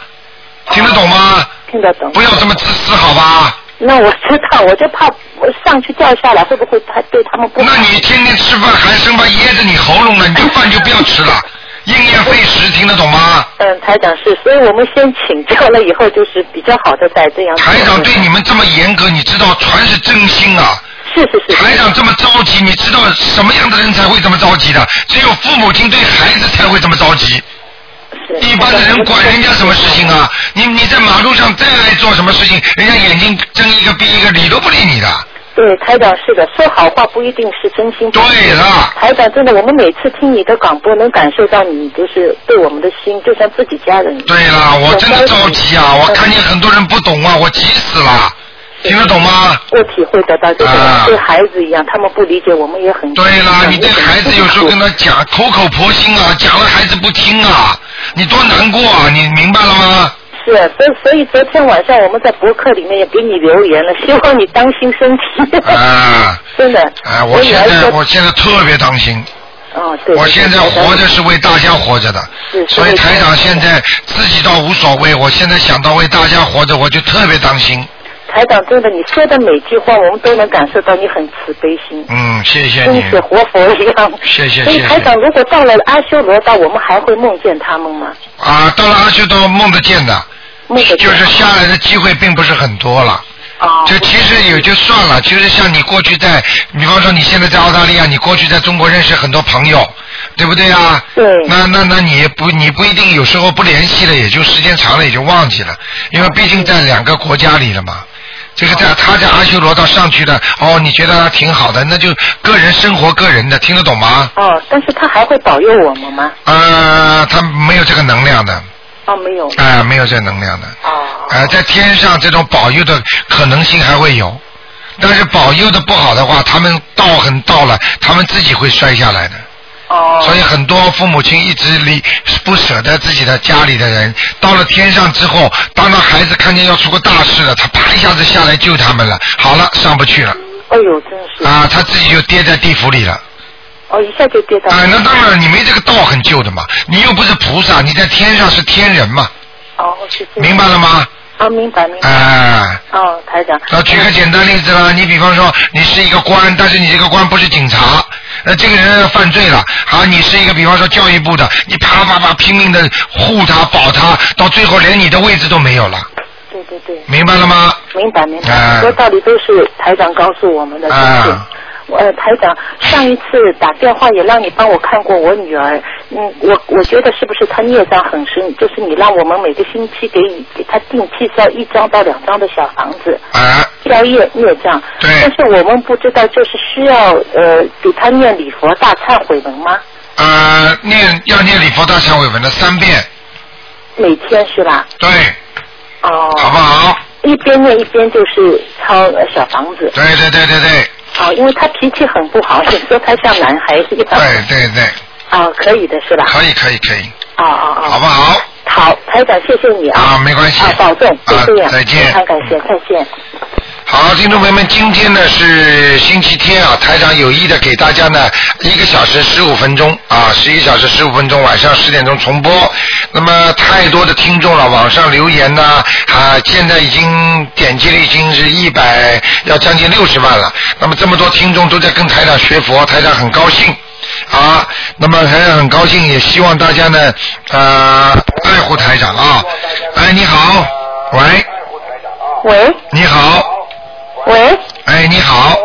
听得懂吗？听得懂。不要这么自私好吧？那我知道，我就怕我上去掉下来，会不会他对他们不那你天天吃饭还生怕噎着你喉咙呢，你这饭就不要吃了，应验废食，听得懂吗？嗯，台长是，所以我们先请教了以后，就是比较好的在这样。台长对你们这么严格，你知道全是真心啊。是是是。台长这么着急，你知道什么样的人才会这么着急的？只有父母亲对孩子才会这么着急。一般的人管人家什么事情啊？你你在马路上再爱做什么事情，人家眼睛睁一个闭一个，理都不理你的。对，台长是的，说好话不一定是真心。对了，台长真的，我们每次听你的广播，能感受到你就是对我们的心，就像自己家人一样。对啦，我真的着急啊！我看见很多人不懂啊，我急死了。听得懂吗？我体会得到，就是啊对孩子一样，他们不理解，我们也很。对啦，你对孩子有时候跟他讲口口婆心啊，讲了孩子不听啊，你多难过啊！你明白了吗？是，啊所以所以昨天晚上我们在博客里面也给你留言了， 希望你当心身体。啊。 真的。哎，我现女儿在说我现在特别当心。哦，对。我现在活着是为大家活着的，所以台长现在自己倒无所谓，我现在想到为大家活着，我就特别当心。台长，真的，你说的每句话，我们都能感受到你很慈悲心，嗯，谢谢跟你，学活佛一样。谢谢所以谢台谢。长，如果到了阿修罗道，我们还会梦见他们吗？啊，到了阿修都梦得见的，就是下来的机会并不是很多了。哦这其实也就算了，其实像你过去在，比方说你现在在澳大利亚，你过去在中国认识很多朋友，对不对啊？对。那那那你也不你不一定有时候不联系了，也就时间长了也就忘记了，因为毕竟在两个国家里了嘛。就是在他在阿修罗道上去的，哦，你觉得他挺好的，那就个人生活个人的，听得懂吗？哦，但是他还会保佑我们吗？呃，他没有这个能量的。哦，没有。啊、没有这能量的。哦。呃，在天上这种保佑的可能性还会有，但是保佑的不好的话，他们道很到了，他们自己会摔下来的。哦。所以很多父母亲一直离不舍得自己的家里的人，到了天上之后，当他孩子看见要出个大事了，他啪一下子下来救他们了，好了，上不去了。哎呦，真是。啊、他自己就跌在地府里了。哦，一下就跌倒。啊、那当然，你没这个道很救的嘛，你又不是菩萨，你在天上是天人嘛。哦，是这样。明白了吗？啊，明白明白。哎、哦，台长。那啊举个简单例子啦，你比方说你是一个官，但是你这个官不是警察，那这个人犯罪了，好，你是一个比方说教育部的，你啪啪啪拼命的护他保他，到最后连你的位置都没有了，对对对。明白了吗？明白明白，哎很多道理都是台长告诉我们的。啊就是呃，台长，上一次打电话也让你帮我看过我女儿，嗯，我我觉得是不是她孽障很深？就是你让我们每个星期给给她定期烧一张到两张的小房子，啊，消业孽障。对。但是我们不知道，就是需要呃给她念礼佛大忏悔文吗？呃，念要念礼佛大忏悔文的三遍，每天是吧？对，哦。好不好？一边念一边就是抄呃小房子。对对对对对，哦，因为她脾气很不好，有 时候她像男孩子一般。对对对，哦，可以的是吧？可以可以可以，哦哦哦，好不好？好，台长，谢谢你啊。啊没关系啊，保重，就啊这样。再见嗯非常感谢，再见。好，听众朋友们，今天呢是星期天啊，台长有意的给大家呢一个小时十五分钟啊，十一小时十五分钟，晚上十点钟重播。那么太多的听众了，网上留言呐啊，现在已经点击率已经是一百，要将近六十万了。那么这么多听众都在跟台长学佛，台长很高兴。啊，那么台长很高兴，也希望大家呢，呃，爱护台长啊。哎，你好，喂，喂你好，喂，哎，你好，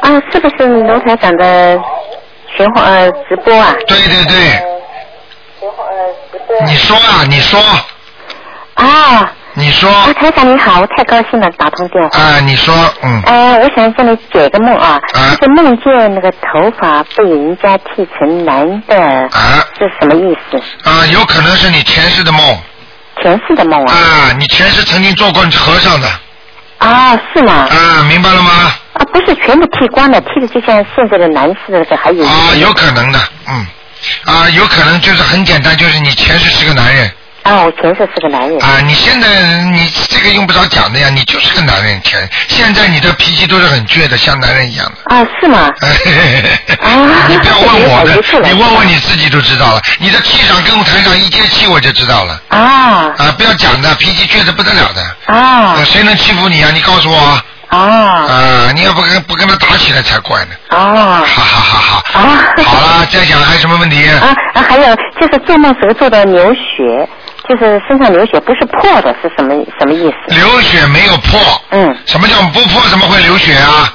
啊，是不是卢台长的玄黄呃直播啊？呃对对对。你说啊，你说啊。你说。啊，台长你好，我太高兴了，打通电话。啊，你说，嗯。呃，我想向你解个梦啊，就是梦见那个头发被人家剃成男的，是什么意思？啊，有可能是你前世的梦。前世的梦啊。啊，你前世曾经做过和尚的。啊，是吗？啊，明白了吗？啊，不是全部剃光了，剃的就像现在的男士的那个，还有啊，有可能的，嗯。啊，有可能就是很简单，就是你前世是个男人。啊，我前世是个男人。啊，你现在你这个用不着讲的呀，你就是个男人前。现在你的脾气都是很倔的，像男人一样的。啊，是吗？ 你啊不要问我的，你问问你自己就知道了。你的气场跟我台上一接气，我就知道了。啊啊，不要讲的，脾气倔得不得了的。啊谁能欺负你啊？你告诉我啊。啊啊，你要不跟不跟他打起来才怪呢。啊。哈哈哈哈。啊。好啦，再讲还有什么问题？啊啊，还有就是做梦时候做的流血，就是身上流血，不是破的，是什么什么意思？ 流血没有破。嗯。什么叫不破？怎么会流血啊？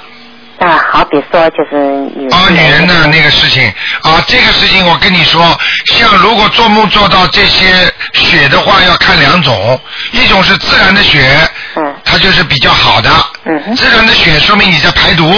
啊，好比说就是有啊，女人的那个事情啊，这个事情我跟你说，像如果做梦做到这些血的话，要看两种，一种是自然的血，嗯，它就是比较好的，嗯，自然的血说明你在排毒，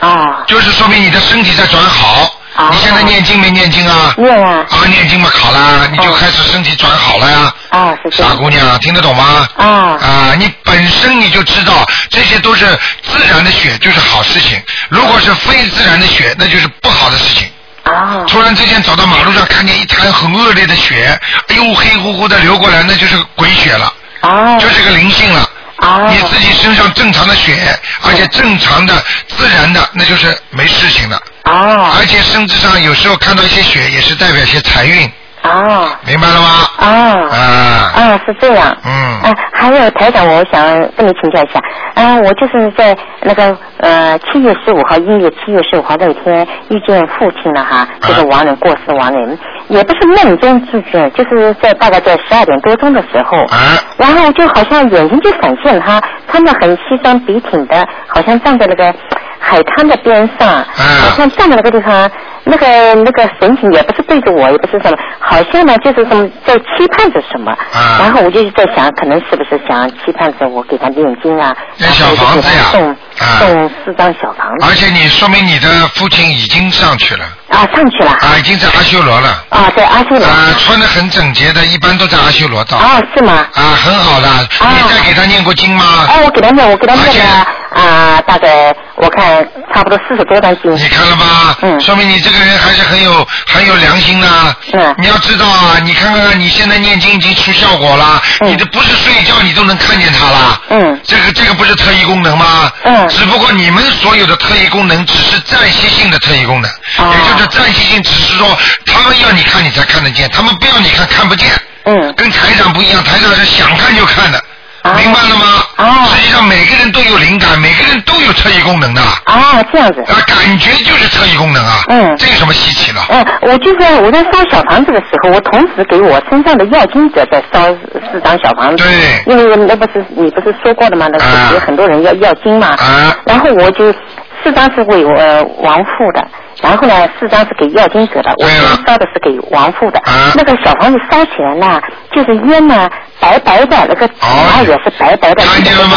啊，就是说明你的身体在转好。你现在念经没念经啊？念啊。啊，念经嘛，好啦，你就开始身体转好了呀。啊，傻姑娘，听得懂吗？啊。啊，你本身你就知道这些都是自然的血，就是好事情。如果是非自然的血，那就是不好的事情。啊。突然之间走到马路上，看见一滩很恶劣的血，哎呦，黑乎乎的流过来，那就是鬼血了。啊。就是个灵性了。啊。你自己身上正常的血，而且正常的、自然的，那就是没事情的。啊。而且甚至上有时候看到一些血，也是代表一些财运，啊明白了吗？啊啊啊，是这样。嗯。啊，还有台长，我想跟你请教一下，啊，我就是在那个呃七月十五号，阴历七月十五号那天遇见父亲了哈，这个亡人过世亡人，也不是梦中之见，就是在大概在十二点多钟的时候，啊然后就好像眼睛就闪现了哈，穿的很西装笔挺的，好像站在那个海滩的边上，好像站在那个地方，那个那个神情也不是对着我，也不是什么，好像呢就是什么在期盼着什么。然后我就在想，可能是不是想期盼着我给他念经啊，然后我就给他送啊送四张小房子而且你说明你的父亲已经上去了，啊，上去了啊，已经在阿修罗了。啊，在阿修罗啊，穿的很整洁的，一般都在阿修罗道。啊，是吗？啊，很好的。你在给他念过经吗？哎，我给他念，我给他念了啊，大概我看差不多四十多张经。你看了吗？嗯。说明你这个人还是很有很有良心的、嗯。你要知道啊，你看看你现在念经已经出效果了，你这不是睡觉你都能看见它了。嗯。这个这个不是特异功能吗？嗯。只不过你们所有的特异功能只是暂时性的特异功能，啊也就是暂时性，只是说他们要你看你才看得见，他们不要你看看不见。嗯。跟台长不一样，台长是想看就看的。啊明白了吗？实际上每个人都有灵感，每个人都有特异功能的。啊，这样子。啊，感觉就是特异功能啊。嗯。这有什么稀奇了？嗯，我就是我在烧小房子的时候，我同时给我身上的药精者在烧四张小房子。对。因啊为那不是你不是说过的吗？那不是有很多人要要精嘛。啊。然后我就。四四张是为呃亡父的，然后呢四张是给药经者的，我烧的是给亡父的。那个小房子烧起来呢，就是烟呢白白的，那个纸啊也是白白的。看见了吗？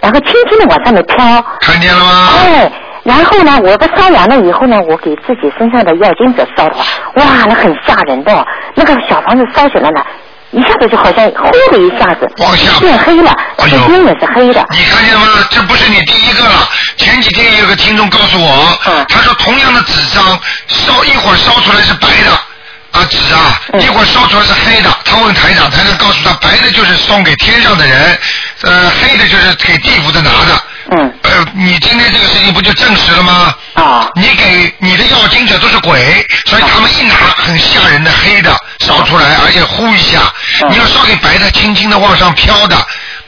然后轻轻的往上面飘。看见了吗？哎。然后呢，我不烧完了以后呢，我给自己身上的药精者烧的，哇，那很吓人的哦，那个小房子烧起来了，一下子就好像呼的一下哎子变黑了，然后边也是黑的。你看见了吗？这不是你第一个了。前几天有个听众告诉我，嗯他说同样的纸张烧一会儿烧出来是白的啊纸啊，嗯一会儿烧出来是黑的。他问台长，台长告诉他，白的就是送给天上的人，呃，黑的就是给地府的拿的。嗯。呃，你今天这个事情不就证实了吗？啊。你给你的药精者都是鬼，所以他们一拿很吓人的黑的烧出来，而且呼一下。嗯你要烧给白的，轻轻的往上飘的，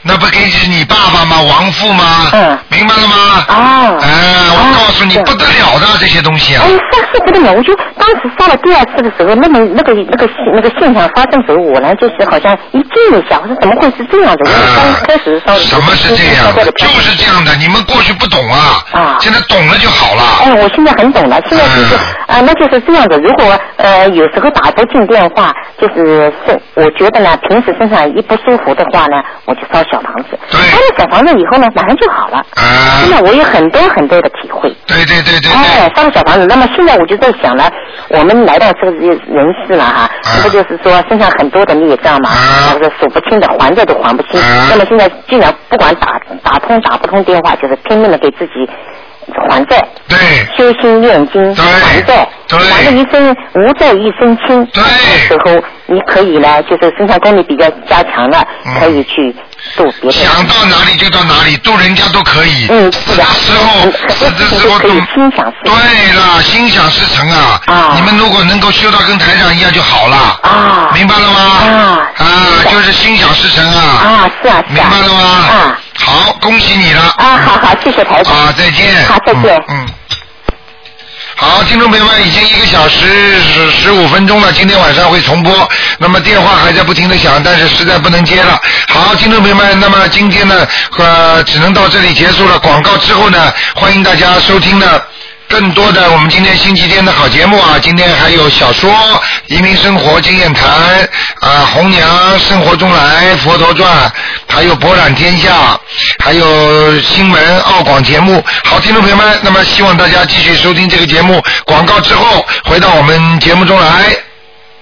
那不给你爸爸吗？亡父吗？嗯。明白了吗？哦。哎、我告诉你，不得了的这些东西啊哎，。上次不得了，我就当时烧了第二次的时候，那么那个那个那个现象发生的时候，我呢就是好像一惊一下，我说怎么会是这样子？我哎刚开始烧的时候，啊什么是这样就是这样的，你们过去不懂啊，现在懂了就好了。哎，我现在很懂了，现在就是啊、那就是这样的。如果呃有时候打不进电话，就是是我觉得呢，平时身上一不舒服的话呢，我就烧小房子。烧了小房子以后呢，马上就好了。嗯现在我有很多很哎多的体会。哎对对对对。哎，烧了小房子，那么现在我就在想了，我们来到这个人世了哈，这不就是说身上很多的孽障嘛，或者数不清的还债都还不清。那么现在既然不管打打通打不通电话，就是拼命的给自己还债，对，修心念经，还债，还了一身无债一身轻。对，时候你可以呢，就是身上功力比较加强了，可以去度别人。嗯想到哪里就到哪里，度人家都可以。嗯，死的时候，死的时候懂。对了，心想事成啊！你们如果能够修到跟台长一样就好了。啊。明白了吗？啊。就是心想事成啊。啊，是啊，明白了吗？啊。好，恭喜你了。啊，好好，谢谢台长。啊，再见。好，再见。嗯。好，听众朋友们，已经一个小时十十五分钟了，今天晚上会重播。那么电话还在不停的响，但是实在不能接了。好，听众朋友们，那么今天呢，呃，只能到这里结束了。广告之后呢，欢迎大家收听呢。更多的我们今天星期天的好节目啊，今天还有小说《移民生活经验谈》啊，《红娘生活中来》《佛陀传》，还有《博览天下》，还有新闻澳广节目。好，听众朋友们，那么希望大家继续收听这个节目。广告之后回到我们节目中来。